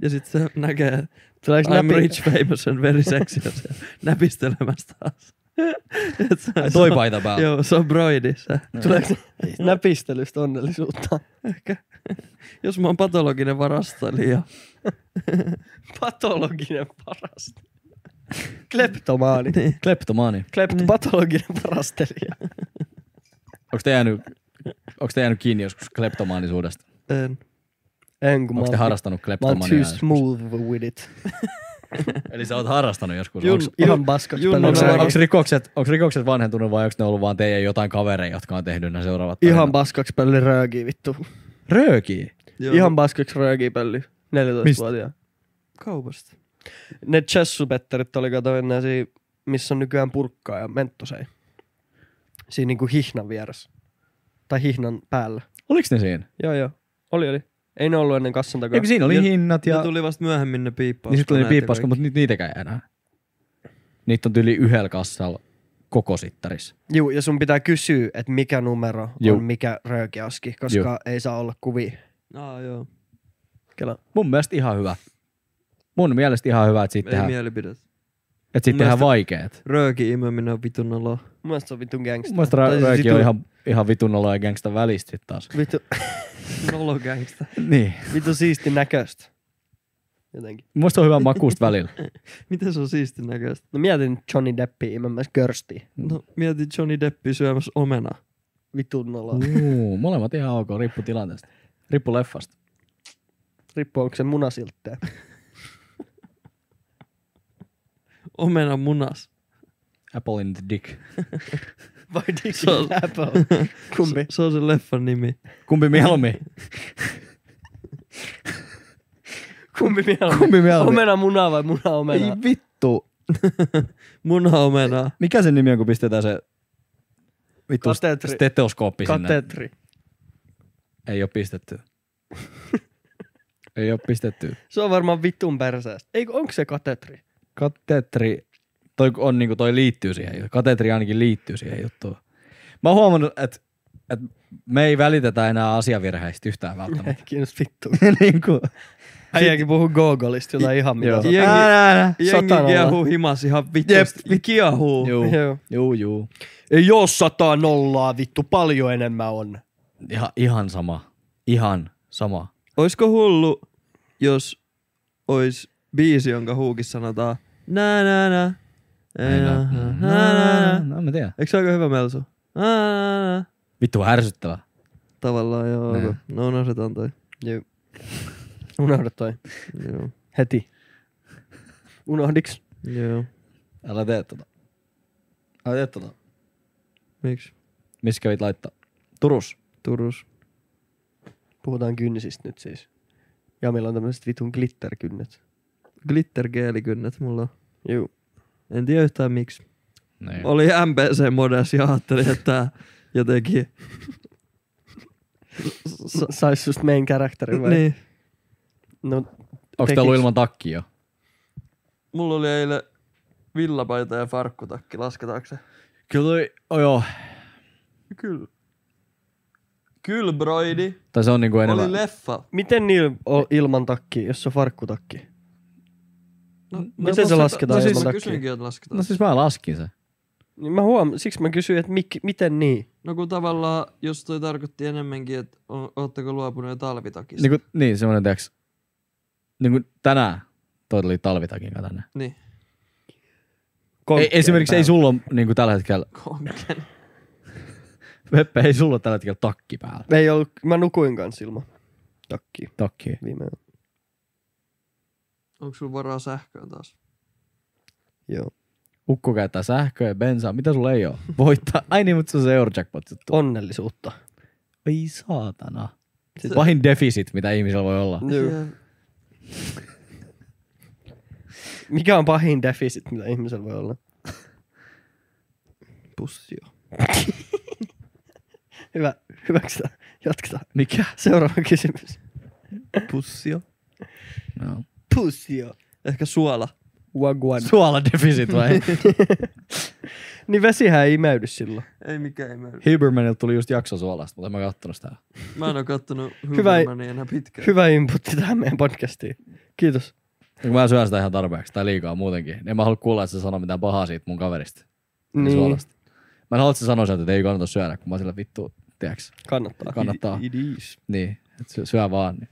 [SPEAKER 3] Ja sit se näkee,
[SPEAKER 2] Tuleeko
[SPEAKER 3] I'm
[SPEAKER 2] näpi-
[SPEAKER 3] rich, famous and very sexy. Ja se näpistelemässä taas. Et se-
[SPEAKER 1] Ai, Toi paita päällä.
[SPEAKER 3] Joo, se on broidi se.
[SPEAKER 2] Tuleeko näpistelystä onnellisuutta?
[SPEAKER 3] Ehkä. Jos mä oon patologinen varastelija.
[SPEAKER 2] Patologinen parasta. Kleptomaani.
[SPEAKER 1] Niin.
[SPEAKER 3] niin-
[SPEAKER 1] Kleptomaani.
[SPEAKER 2] Klept, patologinen parastelija.
[SPEAKER 1] Onks te jäänyt, onks te jäänyt kiinni joskus kleptomaanisuudesta?
[SPEAKER 3] En.
[SPEAKER 2] En kun mä
[SPEAKER 1] Onks te
[SPEAKER 2] oon-
[SPEAKER 1] harrastanut
[SPEAKER 2] Mä oon too
[SPEAKER 1] kleptomaniaa?
[SPEAKER 2] smooth with it.
[SPEAKER 1] Eli sä oot harrastanut joskus.
[SPEAKER 3] Jun-
[SPEAKER 1] Onks,
[SPEAKER 2] Ihan paskaksi
[SPEAKER 3] Junnu
[SPEAKER 1] onks,
[SPEAKER 2] pölyksi.
[SPEAKER 3] varmaan-
[SPEAKER 1] onks, rikokset, onks rikokset vanhentunut vai onks ne ollut vaan teidän jotain kavereja, jotka on tehnyt nämä seuraavat
[SPEAKER 2] Ihan
[SPEAKER 1] tarinat?
[SPEAKER 2] paskaksi pölli röökiä vittu.
[SPEAKER 1] Röökiä.
[SPEAKER 3] Joo.
[SPEAKER 2] Ihan paskaksi röökiä pölli. 14-vuotiaan.
[SPEAKER 3] kaupasta.
[SPEAKER 2] Ne chessupetterit oli katoin näisiä, missä on nykyään purkkaa ja menttosei. Siinä niinku hihnan vieressä. Tai hihnan päällä.
[SPEAKER 1] Oliks ne siinä?
[SPEAKER 2] Joo joo. Oli oli. Ei ne ollut ennen kassan takaa.
[SPEAKER 1] Eikö siinä oli
[SPEAKER 3] Ja-
[SPEAKER 1] hinnat
[SPEAKER 3] Ja
[SPEAKER 1] ja...
[SPEAKER 3] tuli vasta myöhemmin ne piippaus.
[SPEAKER 1] Niin sit tuli ne piippauska, mutta niitä niitäkään ei enää. Niitä on tyyli yhdellä kassalla koko sittarissa.
[SPEAKER 2] Juu, ja sun pitää kysyä, että mikä numero
[SPEAKER 1] Juu.
[SPEAKER 2] on mikä röökiaski, koska
[SPEAKER 1] Juu.
[SPEAKER 2] ei saa olla kuvia.
[SPEAKER 3] Aa, joo.
[SPEAKER 2] Kela.
[SPEAKER 1] Mun mielestä ihan hyvä. Mun mielestä ihan hyvä, että siitä
[SPEAKER 3] Ei
[SPEAKER 1] tehdään,
[SPEAKER 3] mielipidet.
[SPEAKER 1] että siitä
[SPEAKER 3] Mun
[SPEAKER 1] tehdään
[SPEAKER 3] mielestä-
[SPEAKER 1] vaikeet.
[SPEAKER 3] Rööki imeminen on vitun olo.
[SPEAKER 2] Mun mielestä se on vitun gangsta.
[SPEAKER 1] Mun mielestä
[SPEAKER 2] Tai
[SPEAKER 1] ra-
[SPEAKER 2] siis
[SPEAKER 1] Rööki on
[SPEAKER 2] vitu-
[SPEAKER 1] ihan, ihan vitun olo ja gangsta välistä sit taas.
[SPEAKER 2] Vittu,
[SPEAKER 3] Olo gangsta.
[SPEAKER 1] Niin.
[SPEAKER 2] vittu siisti näköistä. Jotenkin.
[SPEAKER 1] Mun mielestä on hyvä makuusta välillä.
[SPEAKER 3] Miten se on siisti näköistä?
[SPEAKER 2] No mietin Johnny Deppia imemmässä körstiä.
[SPEAKER 3] No mieti Johnny Deppi syömässä omena.
[SPEAKER 2] Vitun nolla.
[SPEAKER 1] Uu, molemmat ihan ok, riippu tilanteesta. Riippu leffasta.
[SPEAKER 2] Riippuu onko se munasiltteä.
[SPEAKER 3] Omena munas.
[SPEAKER 1] Apple in the dick.
[SPEAKER 2] Vai Dick
[SPEAKER 3] Se on-
[SPEAKER 2] Apple. Kumpi?
[SPEAKER 3] Se, se on se leffan nimi.
[SPEAKER 1] Kumpi mieluummin?
[SPEAKER 2] Kumpi mieluummin?
[SPEAKER 1] Kumpi mieluummin?
[SPEAKER 2] Omena munaa vai muna
[SPEAKER 1] Ei
[SPEAKER 2] omena?
[SPEAKER 1] vittu.
[SPEAKER 3] Muna omena.
[SPEAKER 1] Mikä sen nimi on, kun pistetään se vittu
[SPEAKER 2] Katetri.
[SPEAKER 1] stetoskooppi sinne?
[SPEAKER 2] Katetri.
[SPEAKER 1] Ei oo pistetty. Ei oo pistetty.
[SPEAKER 2] Se on varmaan vitun perseestä. Eikö, onko se katetri?
[SPEAKER 1] Katetri, toi, on, niinku, toi liittyy siihen. Katetri ainakin liittyy siihen juttuun. Mä oon huomannut, että et me ei välitetä enää asiavirheistä yhtään välttämättä.
[SPEAKER 2] Kiinnosti vittu.
[SPEAKER 1] niin kuin,
[SPEAKER 2] Äijäkin puhuu Gogolista jotain ihan mitä.
[SPEAKER 1] joo.
[SPEAKER 2] tahansa.
[SPEAKER 3] Jengi-
[SPEAKER 1] Älä, älä.
[SPEAKER 3] Jengi
[SPEAKER 2] Satanolla.
[SPEAKER 3] kiehuu himas ihan vitusti. Jep, kiehuu.
[SPEAKER 1] Juu,
[SPEAKER 2] Joo.
[SPEAKER 1] juu, juu.
[SPEAKER 2] Ei oo sataa nollaa vittu, paljon enemmän on.
[SPEAKER 1] Ihan, ihan sama. Ihan sama.
[SPEAKER 3] Oisko hullu, jos ois biisi, jonka huukissa sanotaan nää nää nää. Ei, nää, nää, nää, nää.
[SPEAKER 1] No, mä tiedän.
[SPEAKER 3] Eikö se aika hyvä Melsu? Nää, nää, nää.
[SPEAKER 1] Vittu ärsyttävä.
[SPEAKER 3] Tavallaan joo.
[SPEAKER 1] Nää.
[SPEAKER 3] Okay. No unohdetaan toi.
[SPEAKER 2] Joo. Unohda toi.
[SPEAKER 3] Joo.
[SPEAKER 2] Heti. Unohdiks?
[SPEAKER 3] Joo.
[SPEAKER 1] Älä tee tota. Ai et tota.
[SPEAKER 3] Miksi?
[SPEAKER 1] Missä kävit laittaa? Turus.
[SPEAKER 3] Turus.
[SPEAKER 2] Puhutaan kynsistä nyt siis. Jamilla on tämmöiset vitun glitterkynnet.
[SPEAKER 3] Glittergeelikynnet mulla on.
[SPEAKER 2] Juu.
[SPEAKER 3] En tiedä yhtään miksi.
[SPEAKER 1] Niin.
[SPEAKER 3] Oli MPC modes ja ajattelin, että tää jotenkin...
[SPEAKER 2] Sa- sais just meidän karakterin vai?
[SPEAKER 3] niin.
[SPEAKER 2] No,
[SPEAKER 1] Onko
[SPEAKER 2] tekis-
[SPEAKER 1] tää ollut ilman takkia?
[SPEAKER 3] Mulla oli eilen villapaita ja farkkutakki, lasketaanko se?
[SPEAKER 1] Kyllä toi, oh joo.
[SPEAKER 3] Kyllä. Kyllä, broidi.
[SPEAKER 1] Tai se on niinku enemmän.
[SPEAKER 3] Oli leffa.
[SPEAKER 2] Miten niillä on ilman takki, jos on farkkutakki?
[SPEAKER 3] No,
[SPEAKER 2] miten se
[SPEAKER 3] mä-
[SPEAKER 2] lasketaan
[SPEAKER 3] No, siis
[SPEAKER 2] ilman
[SPEAKER 3] mä
[SPEAKER 2] takia?
[SPEAKER 3] kysyinkin, että lasketaan.
[SPEAKER 1] no siis mä laskin sen.
[SPEAKER 2] Niin mä huom- siksi mä kysyin, että mik- miten niin?
[SPEAKER 3] No kun tavallaan, jos toi tarkoitti enemmänkin, että o- ootteko luopuneet talvitakista.
[SPEAKER 1] Niin, kuin, niin semmonen tiiäks. Niin kuin tänään toi tuli talvitakin kato tänne.
[SPEAKER 3] niin.
[SPEAKER 1] Ei, esimerkiksi ei sulla ole niin kuin tällä hetkellä,
[SPEAKER 3] konken.
[SPEAKER 1] Peppe, ei sulla ole tällä hetkellä takki päällä.
[SPEAKER 2] Ei ollut, mä nukuin kanssa ilman takki
[SPEAKER 1] Takki.
[SPEAKER 2] viime yönä.
[SPEAKER 3] Onko sulla varaa sähköön taas?
[SPEAKER 2] Joo.
[SPEAKER 1] Ukko käyttää sähköä ja bensaa. Mitä sulla ei ole? Voittaa. Ai niin, mutta se on se Eurojackpot juttu.
[SPEAKER 2] Onnellisuutta.
[SPEAKER 1] Ei saatana.
[SPEAKER 2] Se-
[SPEAKER 1] Pahin defisit, mitä ihmisellä voi olla.
[SPEAKER 3] Mm.
[SPEAKER 2] Joo.
[SPEAKER 3] Yeah.
[SPEAKER 2] Mikä on pahin defisit, mitä ihmisellä voi olla?
[SPEAKER 3] Pussio.
[SPEAKER 2] Hyvä, hyväksytään. Jatketaan.
[SPEAKER 1] Mikä?
[SPEAKER 2] Seuraava kysymys.
[SPEAKER 3] Pussio.
[SPEAKER 1] No.
[SPEAKER 2] Pussio.
[SPEAKER 3] Ehkä suola.
[SPEAKER 2] Wagwan.
[SPEAKER 1] Suola defisit vai?
[SPEAKER 2] Niin vesihän ei imeydy silloin.
[SPEAKER 3] Ei mikään ei möydy.
[SPEAKER 1] Hibermanilta tuli just jakso suolasta, mutta en mä kattonut sitä.
[SPEAKER 3] Mä en oo kattonut
[SPEAKER 2] Hyvä-
[SPEAKER 3] Hubermania enää pitkään.
[SPEAKER 2] Hyvä inputti tähän meidän podcastiin. Kiitos.
[SPEAKER 1] Ja kun mä syön sitä ihan tarpeeksi, tai liikaa muutenkin, niin en mä halua kuulla, että se sanoo mitään pahaa siitä mun kaverista. Niin.
[SPEAKER 2] Niin,
[SPEAKER 1] Suolasta. Mä en halua, että se sanoo sieltä, että ei kannata syödä, kun mä oon sillä vittu, tiiäks,
[SPEAKER 2] kannattaa.
[SPEAKER 1] kannattaa.
[SPEAKER 3] It is.
[SPEAKER 1] Niin, että syö, syö vaan. Niin.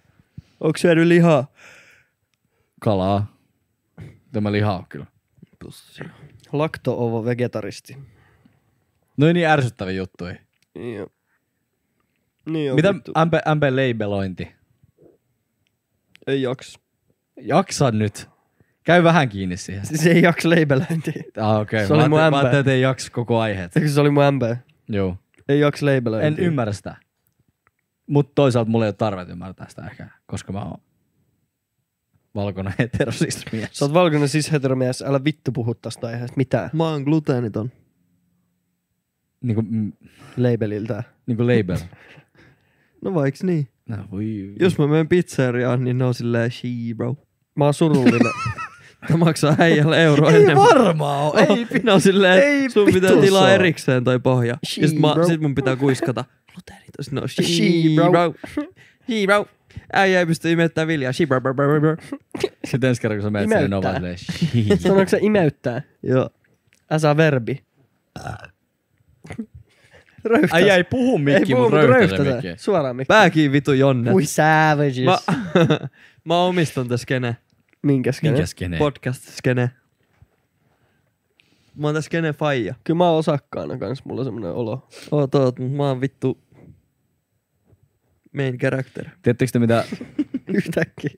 [SPEAKER 2] Onko syönyt lihaa?
[SPEAKER 1] Kalaa. Tämä lihaa on kyllä.
[SPEAKER 3] Pussio.
[SPEAKER 2] Lakto-ovo vegetaristi.
[SPEAKER 1] No ei niin ärsyttäviä juttuja.
[SPEAKER 2] Joo. Niin on
[SPEAKER 1] Mitä
[SPEAKER 2] vittu.
[SPEAKER 1] MP, MP leibelointi?
[SPEAKER 2] Ei jaksa.
[SPEAKER 1] Jaksa nyt. Käy vähän kiinni siihen.
[SPEAKER 2] Siis ei jaksa leibelöintiä.
[SPEAKER 1] Ah, okei.
[SPEAKER 2] Se
[SPEAKER 1] Okay.
[SPEAKER 2] oli mun
[SPEAKER 1] Mä, ajattelin-
[SPEAKER 2] ämpä.
[SPEAKER 1] mä ajattelin, että ei jaksa koko aiheet.
[SPEAKER 2] Eikö se oli mun ämpää?
[SPEAKER 1] Joo.
[SPEAKER 2] Ei jaksa
[SPEAKER 1] En
[SPEAKER 2] leibelöintiä.
[SPEAKER 1] ymmärrä sitä. Mutta toisaalta mulla ei ole tarve ymmärtää sitä ehkä, koska mä oon valkoinen heterosista mies.
[SPEAKER 2] Sä oot valkoinen cis-heteromies, älä vittu puhu tästä aiheesta mitään
[SPEAKER 3] Mä oon gluteeniton.
[SPEAKER 1] Niinku, mm,
[SPEAKER 2] labeliltä.
[SPEAKER 1] niinku label.
[SPEAKER 3] No vaiks niin.
[SPEAKER 1] No, voi,
[SPEAKER 3] Jos mä menen pizzeriaan, niin ne on silleen she bro.
[SPEAKER 2] Mä oon surullinen.
[SPEAKER 3] Tää maksaa äijälle euro
[SPEAKER 1] ei
[SPEAKER 3] enemmän.
[SPEAKER 1] varmaan oo. Ei,
[SPEAKER 3] ne on silleen,
[SPEAKER 2] ei
[SPEAKER 3] ei sun pitää
[SPEAKER 2] vitu
[SPEAKER 3] tilaa
[SPEAKER 2] saa.
[SPEAKER 3] erikseen toi pohja.
[SPEAKER 2] She,
[SPEAKER 3] ja sit, mä,
[SPEAKER 2] bro.
[SPEAKER 3] sit mun pitää kuiskata. Gluteenitos, no she,
[SPEAKER 2] She, bro.
[SPEAKER 3] bro. She bro. Äijä ei pysty imettämään viljaa. She bro bro bro bro.
[SPEAKER 1] Sitten ensi kerran, kun sä menet sinne, ne on vaan
[SPEAKER 2] Imeyttää.
[SPEAKER 1] silleen, "Shit."
[SPEAKER 2] Sanoitko se imeyttää?
[SPEAKER 3] Joo.
[SPEAKER 2] Äsä verbi. Röyhtäs.
[SPEAKER 1] Ai ei puhu mikki,
[SPEAKER 2] puhu,
[SPEAKER 1] mut
[SPEAKER 2] mut
[SPEAKER 1] röyhtä
[SPEAKER 2] röyhtäsä.
[SPEAKER 1] mikki.
[SPEAKER 2] Suoraan mikki.
[SPEAKER 3] Pääkiin vitu jonne.
[SPEAKER 2] We savages.
[SPEAKER 3] Mä, mä omistan tässä skene.
[SPEAKER 2] Minkä skene?
[SPEAKER 1] Mikä skene?
[SPEAKER 3] Podcast skene. Mä oon tässä skene faija.
[SPEAKER 2] Kyllä mä oon osakkaana kans, mulla on semmonen olo.
[SPEAKER 3] Oot oot, mut mä oon vittu main character.
[SPEAKER 1] Tiedättekö te mitä?
[SPEAKER 2] Yhtäkkiä.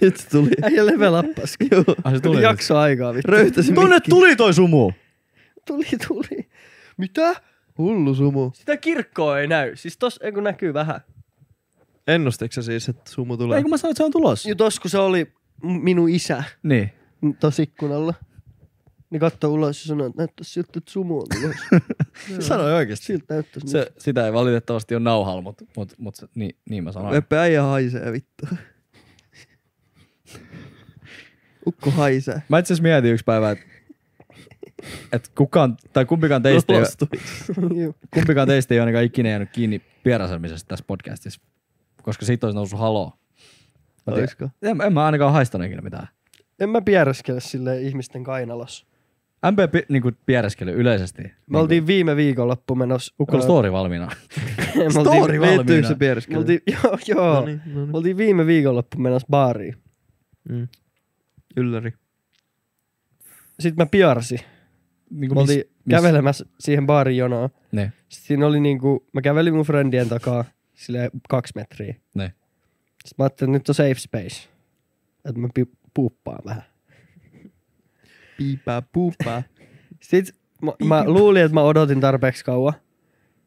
[SPEAKER 3] Nyt se tuli.
[SPEAKER 2] Äijä level uppas.
[SPEAKER 1] Ai se tuli. nyt.
[SPEAKER 2] Jakso aikaa vittu.
[SPEAKER 3] Röyhtäsin
[SPEAKER 1] Tonne
[SPEAKER 3] mikki.
[SPEAKER 1] tuli toi sumu.
[SPEAKER 2] Tuli, tuli. Mitä?
[SPEAKER 3] Hullu sumu.
[SPEAKER 2] Sitä kirkkoa ei näy. Siis tos, ei kun näkyy vähän.
[SPEAKER 3] Ennustitko sä siis, että sumu tulee?
[SPEAKER 1] Ei kun mä sanoin, että se on tulossa.
[SPEAKER 2] Ja tos kun se oli m- minun isä
[SPEAKER 1] Niin.
[SPEAKER 2] tos ikkunalla, niin katsoi ulos ja sanoi, että näyttäisi siltä, että sumu on tulossa.
[SPEAKER 1] Sanoin oikeesti.
[SPEAKER 2] Siltä näyttäisi. Se...
[SPEAKER 1] Se, sitä ei valitettavasti ole nauhalla, mutta mut, mut, se- niin, niin mä sanoin.
[SPEAKER 3] Veppe äijä haisee vittu. Ukko haisee.
[SPEAKER 1] Mä itse asiassa mietin yksi päivä, että et kukaan, tai kumpikaan teistä, ei,
[SPEAKER 3] Nolostui.
[SPEAKER 1] kumpikaan teistä ei ainakaan ikinä jäänyt kiinni pieräselmisestä tässä podcastissa, koska siitä olisi noussut haloo. Mä tiedän-
[SPEAKER 3] Oisko?
[SPEAKER 1] En, en mä ainakaan haistanut ikinä mitään.
[SPEAKER 2] en mä pieräskele sille ihmisten kainalossa.
[SPEAKER 1] MP pi, niinku pieräskely yleisesti.
[SPEAKER 2] Me oltiin viime viikonloppu menossa.
[SPEAKER 1] Ukkola
[SPEAKER 2] Ö,
[SPEAKER 1] story valmiina.
[SPEAKER 2] me oltiin-
[SPEAKER 1] story valmiina.
[SPEAKER 3] Liittyykö se
[SPEAKER 2] Me
[SPEAKER 3] pierskelle?
[SPEAKER 2] oltiin, joo, joo.
[SPEAKER 3] No
[SPEAKER 2] Me
[SPEAKER 3] niin, no niin.
[SPEAKER 2] oltiin viime viikonloppu menossa baariin.
[SPEAKER 3] Mm. Ylläri.
[SPEAKER 2] Sitten mä piarsi.
[SPEAKER 1] Niinku
[SPEAKER 2] Me oltiin kävelemässä siihen baarin jonoon.
[SPEAKER 1] Ne,
[SPEAKER 2] Sitten siinä oli niinku, mä kävelin mun friendien takaa sille kaksi metriä.
[SPEAKER 1] ne.
[SPEAKER 2] Sitten mä ajattelin, että nyt on safe space. Että mä pi- puuppaan vähän.
[SPEAKER 3] Piipää puupää.
[SPEAKER 2] Sitten mä, mä luulin, että mä odotin tarpeeksi kauan.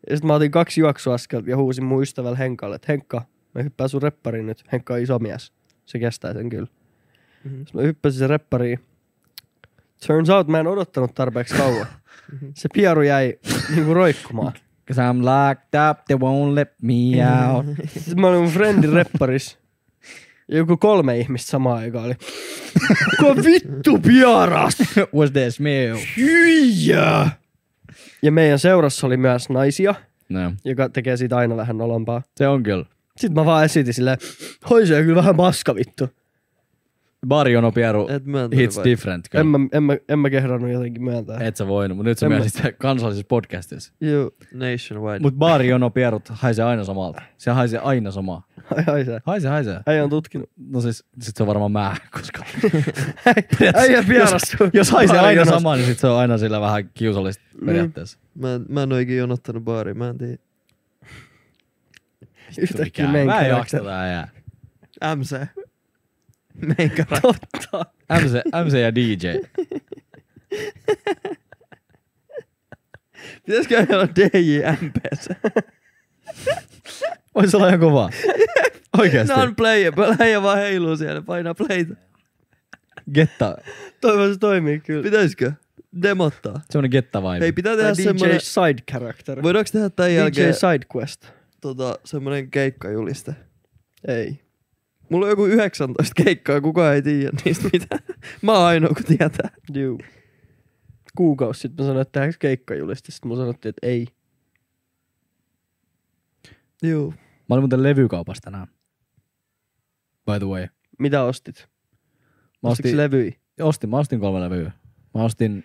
[SPEAKER 2] Ja sitten mä otin kaksi juoksuaskelta ja huusin mun ystävällä Henkalle, että Henkka, mä hyppään sun reppariin nyt. Henkka on iso mies. Se kestää sen kyllä.
[SPEAKER 3] Mhm.
[SPEAKER 2] Mm-hmm. Sitten mä hyppäsin sen reppariin. Turns out mä en odottanut tarpeeksi kauan. se pieru jäi niinku roikkumaan.
[SPEAKER 1] Cause I'm locked up, they won't let me out.
[SPEAKER 2] Sitten mä olin mun friendin repparis. Joku kolme ihmistä samaan aikaan oli. Kuka vittu piaras?
[SPEAKER 1] What's that smell?
[SPEAKER 2] Hyijää! Ja meidän seurassa oli myös naisia,
[SPEAKER 1] No,
[SPEAKER 2] joka tekee siitä aina vähän nolompaa.
[SPEAKER 1] se on kyllä.
[SPEAKER 2] Sitten mä vaan esitin silleen, hoisee kyllä vähän paska vittu.
[SPEAKER 1] Barjono pieru
[SPEAKER 3] Et mä en
[SPEAKER 1] hits
[SPEAKER 3] vai-
[SPEAKER 1] different.
[SPEAKER 2] En
[SPEAKER 1] Kyllä.
[SPEAKER 2] mä, en, mä, en mä kehdannut jotenkin myöntää.
[SPEAKER 1] Et sä voinut, mutta nyt sä
[SPEAKER 2] En mä-
[SPEAKER 1] myönsit sitä kansallisessa podcastissa.
[SPEAKER 3] Juu, nationwide.
[SPEAKER 1] Mut Barjono pierut haisee aina samalta. Se haisee aina samaa.
[SPEAKER 2] Ai, ai se.
[SPEAKER 1] Haisee, haisee.
[SPEAKER 2] Äijä on tutkinut.
[SPEAKER 1] No siis, sit se on varmaan mä, koska
[SPEAKER 2] Äijä pieras.
[SPEAKER 1] jos haisee aina
[SPEAKER 2] Barjonossa.
[SPEAKER 1] samaa, niin sit se on aina sillä vähän kiusallista periaatteessa.
[SPEAKER 3] Mä en, mä en oikein jonottanut baariin, mä en tiedä.
[SPEAKER 2] Yhtäkkiä
[SPEAKER 1] Mikä- Mä en jaksa
[SPEAKER 2] menkään.
[SPEAKER 1] tää jää.
[SPEAKER 3] MC. Meikä.
[SPEAKER 2] Totta.
[SPEAKER 1] MC, MC ja DJ.
[SPEAKER 3] Pitäisikö ajella DJ MPssä?
[SPEAKER 1] Voisi olla ihan kovaa. Oikeesti.
[SPEAKER 3] Non-playable, äijä vaan heiluu siellä, painaa playta.
[SPEAKER 1] Getta.
[SPEAKER 2] Toivon se toimii kyllä.
[SPEAKER 3] Pitäisikö? Demottaa.
[SPEAKER 1] Semmonen getta vibe.
[SPEAKER 3] Hei, pitää tehdä
[SPEAKER 2] Tai DJ
[SPEAKER 3] semmonen...
[SPEAKER 2] side character.
[SPEAKER 3] Voidaanko tehdä tämän
[SPEAKER 2] DJ
[SPEAKER 3] jälkeen
[SPEAKER 2] side quest.
[SPEAKER 3] tota, semmonen keikkajuliste?
[SPEAKER 2] Ei.
[SPEAKER 3] Mulla on joku 19 keikkaa, kukaan ei tiedä niistä mitään. Mä oon ainoa, kun tietää.
[SPEAKER 2] Juu. Kuukausi sitten mä sanoin, että tehdäänkö keikkajulista. Sitten mun sanottiin, että ei.
[SPEAKER 3] Juu.
[SPEAKER 1] Mä olin muuten levykaupassa tänään. By the way.
[SPEAKER 2] Mitä ostit?
[SPEAKER 1] Mä
[SPEAKER 2] Ostitko
[SPEAKER 1] ostin, le-
[SPEAKER 2] levyi?
[SPEAKER 1] ostin, mä ostin kolme levyä. Mä ostin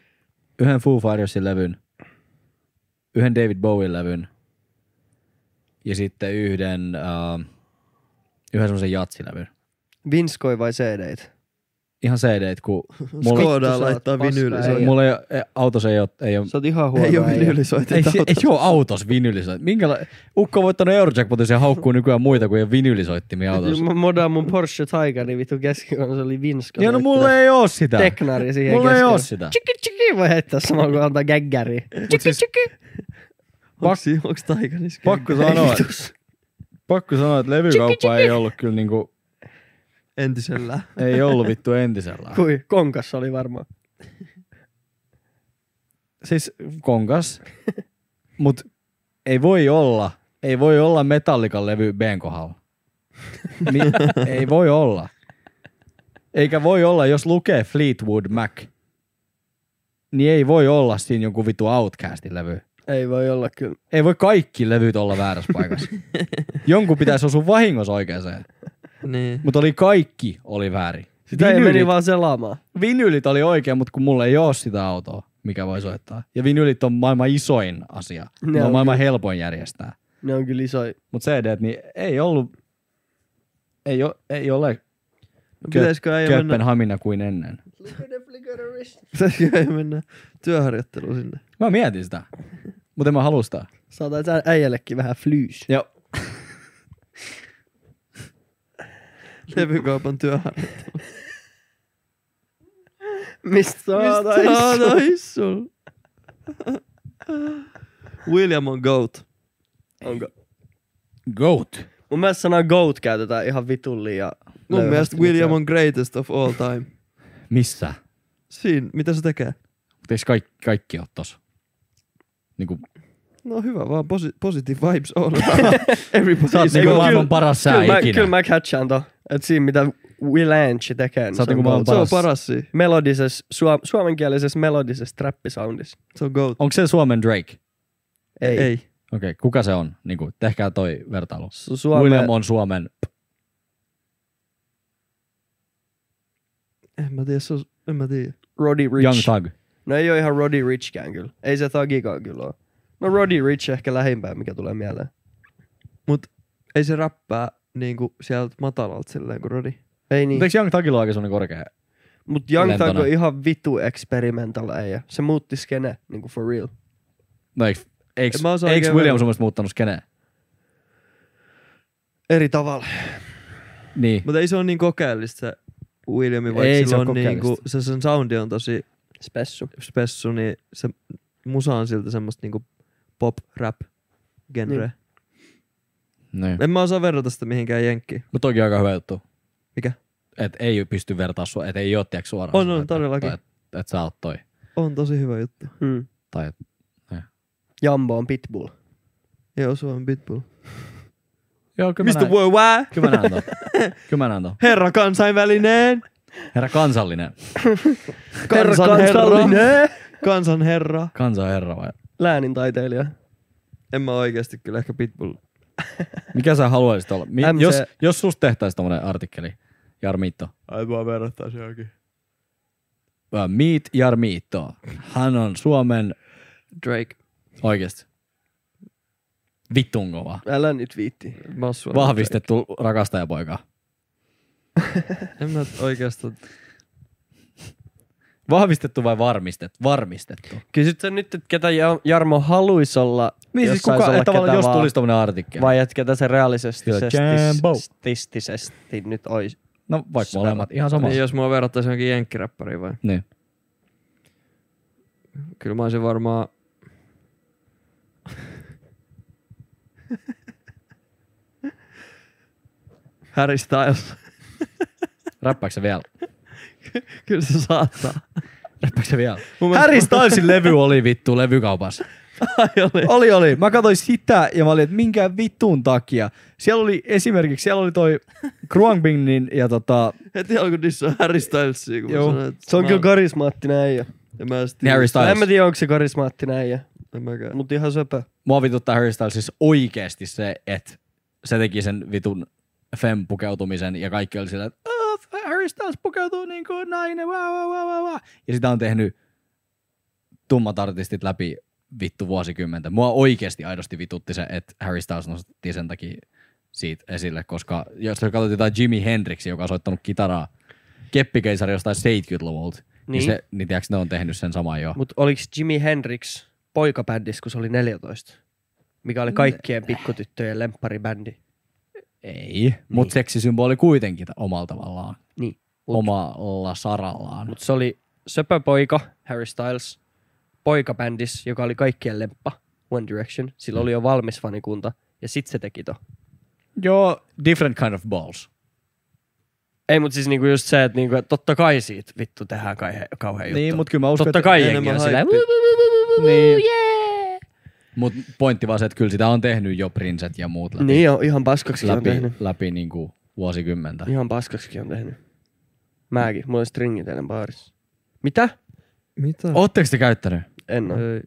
[SPEAKER 1] yhden Foo Fightersin levyn, yhden David Bowie levyn ja sitten yhden, uh, yhden semmoisen jatsilevyn.
[SPEAKER 2] Vinskoi vai CD-t?
[SPEAKER 1] Ihan CD, kun mulla,
[SPEAKER 3] Skodaa
[SPEAKER 2] Vittu, sä oot
[SPEAKER 3] laittaa
[SPEAKER 2] paska äijä.
[SPEAKER 3] vinyylisoitin.
[SPEAKER 1] mulla ei, oo- ei, autossa ei ole, ei ole
[SPEAKER 2] Sä oot ihan huono
[SPEAKER 3] Ei oo
[SPEAKER 2] äijä.
[SPEAKER 3] vinyylisoitin.
[SPEAKER 1] ei, se- ei ole autos vinylisoitti. Minkäla- Ukko on voittanut Eurojackpotin ja haukkuu nykyään muita kuin ei ole vinylisoittimia autossa.
[SPEAKER 2] Mä modaan mun Porsche Taycani vittu keskikonsoli Vinska.
[SPEAKER 1] Ja no mulla ei oo sitä.
[SPEAKER 2] Teknari siihen
[SPEAKER 1] Mulla ei
[SPEAKER 2] keskelle.
[SPEAKER 1] oo sitä.
[SPEAKER 2] Tsikki tsikki voi heittää samalla kun antaa gäggäri.
[SPEAKER 1] Mut siis,
[SPEAKER 3] Onks, onks taikanis?
[SPEAKER 1] pakko sanoa, että- pakko sanoa, että levykauppa ei ollut kyllä niinku,
[SPEAKER 3] Entisellään.
[SPEAKER 1] ei ollut vittu entisellään.
[SPEAKER 2] Kui, konkassa oli varmaan.
[SPEAKER 1] Siis konkas, mut ei voi olla, ei voi olla Metallikan levy B:n kohdalla. Niin, ei voi olla. Eikä voi olla, jos lukee Fleetwood Mac, niin ei voi olla siinä jonkun vittu Outcastin levy.
[SPEAKER 2] Ei voi olla kyllä.
[SPEAKER 1] Ei voi kaikki levyt olla väärässä paikassa. Jonkun pitäisi osua vahingossa oikeaan.
[SPEAKER 3] Niin.
[SPEAKER 1] Mutta oli kaikki oli väärin.
[SPEAKER 2] Sitä ei
[SPEAKER 1] Vinylit-
[SPEAKER 2] meni vaan selaamaan.
[SPEAKER 1] vinylit oli oikein, mutta kun mulla ei ole sitä autoa, mikä voi soittaa. Ja vinylit on maailman isoin asia. Ne,
[SPEAKER 2] Ne
[SPEAKER 1] on
[SPEAKER 2] on
[SPEAKER 1] maailman helpoin järjestää.
[SPEAKER 2] Ne on kyllä isoja.
[SPEAKER 1] Mutta CD, niin ei ollut, ei, o, ei ole
[SPEAKER 3] Pitäisikö äijä mennä
[SPEAKER 1] Kööpenhamina kuin ennen.
[SPEAKER 3] Pitäisikö ei mennä työharjoitteluun sinne?
[SPEAKER 1] Mä mietin sitä, mutta en mä halua sitä.
[SPEAKER 2] Saatais ä- äijällekin vähän flyys.
[SPEAKER 1] Joo.
[SPEAKER 3] Levykaupan työharjoittelu.
[SPEAKER 2] Mistä saatais?
[SPEAKER 3] Saatais sul? William on goat.
[SPEAKER 2] Onko?
[SPEAKER 1] Goat.
[SPEAKER 2] Mun mielestä sanaa goat käytetään ihan vitun liian.
[SPEAKER 3] Mun
[SPEAKER 2] löyhästi
[SPEAKER 3] mielestä William
[SPEAKER 2] nykyään.
[SPEAKER 3] on greatest of all time.
[SPEAKER 1] Missä?
[SPEAKER 3] Siinä, mitä se tekee?
[SPEAKER 1] Mutta eikö kaikki, kaikki ole tossa? Niinku,
[SPEAKER 3] No hyvä, vaan posi- positive vibes all around. Everybody
[SPEAKER 1] sä oot
[SPEAKER 3] is
[SPEAKER 1] niinku
[SPEAKER 2] kyllä-
[SPEAKER 3] goat.
[SPEAKER 1] maailman paras sää
[SPEAKER 2] Kyllä mä,
[SPEAKER 1] ikinä.
[SPEAKER 2] kyllä mä catchaan to. Et siinä mitä Willanche tekee. niin
[SPEAKER 1] Sä oot
[SPEAKER 2] se on
[SPEAKER 1] niinku
[SPEAKER 2] goat.
[SPEAKER 1] maailman
[SPEAKER 3] Se on
[SPEAKER 1] paras.
[SPEAKER 3] paras siinä.
[SPEAKER 2] melodisessa, suom- suomenkielisessä melodisessa trappisoundissa.
[SPEAKER 3] Se on goat.
[SPEAKER 1] Onko se Suomen Drake? Okei,
[SPEAKER 2] Ei. Ei.
[SPEAKER 3] Ei.
[SPEAKER 1] okay, kuka se on? Niinku, tehkää toi vertailu.
[SPEAKER 2] Su-
[SPEAKER 1] Suomen.
[SPEAKER 2] Suome,
[SPEAKER 1] William on Suomen.
[SPEAKER 3] En Eh, mä tiedä, se on, en mä tiedä.
[SPEAKER 2] Roddy Rich.
[SPEAKER 1] Young Thug.
[SPEAKER 2] No ei ole ihan Roddy Richkään kyllä. Ei se Thugikaan kyllä ole. No Roddy Rich ehkä lähimpään, mikä tulee mieleen.
[SPEAKER 3] Mut ei se räppää niinku sieltä matalalta silleen kuin Rodi.
[SPEAKER 2] Ei niin.
[SPEAKER 1] Mutta eikö Young Thugilla ole aika semmonen korkea?
[SPEAKER 2] Mut Young Thug
[SPEAKER 1] lentona?
[SPEAKER 2] on ihan vitu experimental äijä. Se muutti skene, niinku for real.
[SPEAKER 1] No eikö, eikö,
[SPEAKER 3] En mä osaa
[SPEAKER 1] eikö
[SPEAKER 3] oikein
[SPEAKER 1] William
[SPEAKER 3] verrata.
[SPEAKER 1] sun mielestä muuttanut skeneen?
[SPEAKER 2] Eri tavalla.
[SPEAKER 1] Niin.
[SPEAKER 3] Mutta ei se ole niin kokeellista se Williami, vaikka
[SPEAKER 1] Ei
[SPEAKER 3] ei
[SPEAKER 1] se
[SPEAKER 3] sillä
[SPEAKER 1] ole
[SPEAKER 3] on niinku,
[SPEAKER 1] kokeellista.
[SPEAKER 3] se sen soundi on tosi
[SPEAKER 2] Spessu.
[SPEAKER 3] spessu, niin se musa on silti semmoista niinku pop rap genreä. Niin.
[SPEAKER 1] Niin.
[SPEAKER 3] En mä osaa verrata sitä mihinkään jenkkiin.
[SPEAKER 1] Mutta toki aika hyvä juttu.
[SPEAKER 3] Mikä?
[SPEAKER 1] Et ei pysty vertaa sua, et ei oo tiedätkö suoraan.
[SPEAKER 3] On,
[SPEAKER 1] sanoa,
[SPEAKER 3] on,
[SPEAKER 1] että-
[SPEAKER 3] todellakin.
[SPEAKER 1] Että et, et sä oot toi.
[SPEAKER 3] On tosi hyvä juttu.
[SPEAKER 2] Mm.
[SPEAKER 1] Tai et,
[SPEAKER 2] Jambo on pitbull.
[SPEAKER 3] Joo, Suomen Pitbull.
[SPEAKER 1] joo, kyllä mä
[SPEAKER 3] Mr.
[SPEAKER 1] näen,
[SPEAKER 3] Worldwide,
[SPEAKER 1] kyllä mä näen ton. Kyllä mä näen ton.
[SPEAKER 3] herra kansainvälinen,
[SPEAKER 1] Herra kansallinen.
[SPEAKER 3] kansan herra,
[SPEAKER 2] kansallinen.
[SPEAKER 3] kansan herra.
[SPEAKER 1] Kansa herra vai?
[SPEAKER 2] Läänin taiteilija.
[SPEAKER 3] En mä oikeasti kyllä ehkä Pitbull.
[SPEAKER 1] Mikä sä haluaisit olla? Mi-
[SPEAKER 2] MC.
[SPEAKER 1] jos, jos susta tehtäis tommonen artikkeli, Jarmiitto.
[SPEAKER 3] Ai mä verrattaisin johonkin.
[SPEAKER 1] Ö, Meet Jarmiitto. Hän on Suomen
[SPEAKER 3] Drake.
[SPEAKER 1] oikeesti. Vittun kova.
[SPEAKER 2] Älä nyt viitti.
[SPEAKER 3] Mä oon Suomen
[SPEAKER 1] Vahvistettu rakastajapoika.
[SPEAKER 3] Drake. En mä oikeastaan
[SPEAKER 1] Vahvistettu vai varmistettu? Varmistettu.
[SPEAKER 4] Kysyt sä nyt, että ketä Ja- Jarmo haluaisi olla,
[SPEAKER 1] Niin
[SPEAKER 4] jos
[SPEAKER 1] siis kuka,
[SPEAKER 4] sais olla
[SPEAKER 1] ei tavallaan,
[SPEAKER 4] ketä
[SPEAKER 1] jos
[SPEAKER 4] vaan,
[SPEAKER 1] tulisi tommonen artikkeli.
[SPEAKER 4] vai että ketä se realisesti
[SPEAKER 1] Kyllä, Jambo.
[SPEAKER 4] stistisesti nyt ois.
[SPEAKER 1] no vaikka molemmat ihan sama.
[SPEAKER 3] Niin, jos mua verrattaisiin johonkin jenkkiräppäriin vai?
[SPEAKER 1] Niin.
[SPEAKER 3] Kyllä mä olisin varmaan... Harry Styles.
[SPEAKER 1] Räppääksä vielä?
[SPEAKER 3] Kyllä se saattaa.
[SPEAKER 1] Räppääksä vielä?
[SPEAKER 3] Mun mielestä-
[SPEAKER 1] Harry Stylesin levy oli vittu levykaupassa.
[SPEAKER 3] Ai oli.
[SPEAKER 1] Oli, oli. Mä katsoin sitä ja mä olin, että minkään vitun takia. Siellä oli esimerkiksi, siellä oli toi Kruangbingnin ja tota...
[SPEAKER 3] Heti alkoi dissaa Harry Stylesia, kun
[SPEAKER 1] Joo.
[SPEAKER 3] mä sanoin, että
[SPEAKER 2] Se on
[SPEAKER 3] mä-
[SPEAKER 2] kyllä karismaattinen äijä.
[SPEAKER 3] en mä edes
[SPEAKER 1] Niin
[SPEAKER 3] tiedä.
[SPEAKER 1] Harry
[SPEAKER 2] Tai en
[SPEAKER 1] Styles.
[SPEAKER 2] mä tiedä, onko se karismaattinen äijä,
[SPEAKER 3] En mäkään.
[SPEAKER 2] mutta ihan söpö.
[SPEAKER 1] Mua vituttaa Harry Styles siis oikeesti se, että se teki sen vitun fem pukeutumisen ja kaikki oli sillä, että "Oh, Harry Styles pukeutuu niin kuin nainen, vaa, vaa, vaa, vaa, vaa. Ja sitä on tehnyt tummat artistit läpi vittu vuosikymmentä. Mua oikeesti aidosti vitutti se, että Harry Styles nostettiin sen takia siitä esille, koska jos katsot jotain Jimi Hendrixia, joka on soittanut kitaraa keppikeisari jostain 70-luvulta, niin, niin,
[SPEAKER 2] Niin.
[SPEAKER 1] se, niin tiiäks, ne on tehnyt sen saman jo.
[SPEAKER 2] Mutta oliks Jimi Hendrix poikabändissä, kun se oli 14? Mikä oli kaikkien pikkutyttöjen lempparibändi.
[SPEAKER 1] Ei, mutta seksisymboli kuitenkin ta- omalla tavallaan.
[SPEAKER 2] Niin.
[SPEAKER 1] Omalla sarallaan.
[SPEAKER 2] Mutta se oli söpö poika, Harry Styles, poikabändissä, joka oli kaikkien lemppa, One Direction. Sillä oli jo valmis fanikunta, ja sit se teki to.
[SPEAKER 1] Joo, different kind of balls.
[SPEAKER 2] Ei, mutta siis niinku just se, että niinku, et totta kai siitä vittu tehdään kai, kauhean juttu.
[SPEAKER 1] Niin, mutta kyllä mä uskon,
[SPEAKER 2] Totta
[SPEAKER 1] että
[SPEAKER 2] kai jengi
[SPEAKER 1] enemmän
[SPEAKER 2] on
[SPEAKER 1] hype-
[SPEAKER 2] silleen,
[SPEAKER 1] niin. Mut pointti vaan se, että kyllä sitä on tehnyt jo prinset ja muut läpi,
[SPEAKER 2] Niin on, ihan paskaksi on
[SPEAKER 1] läpi,
[SPEAKER 2] tehnyt.
[SPEAKER 1] läpi niinku vuosikymmentä.
[SPEAKER 2] Ihan paskaksikin on tehnyt. Mäkin, mulla oli stringit eilen baarissa. Mitä?
[SPEAKER 3] Mitä?
[SPEAKER 1] Ootteko te käyttänyt?
[SPEAKER 2] En oo.
[SPEAKER 3] Ei.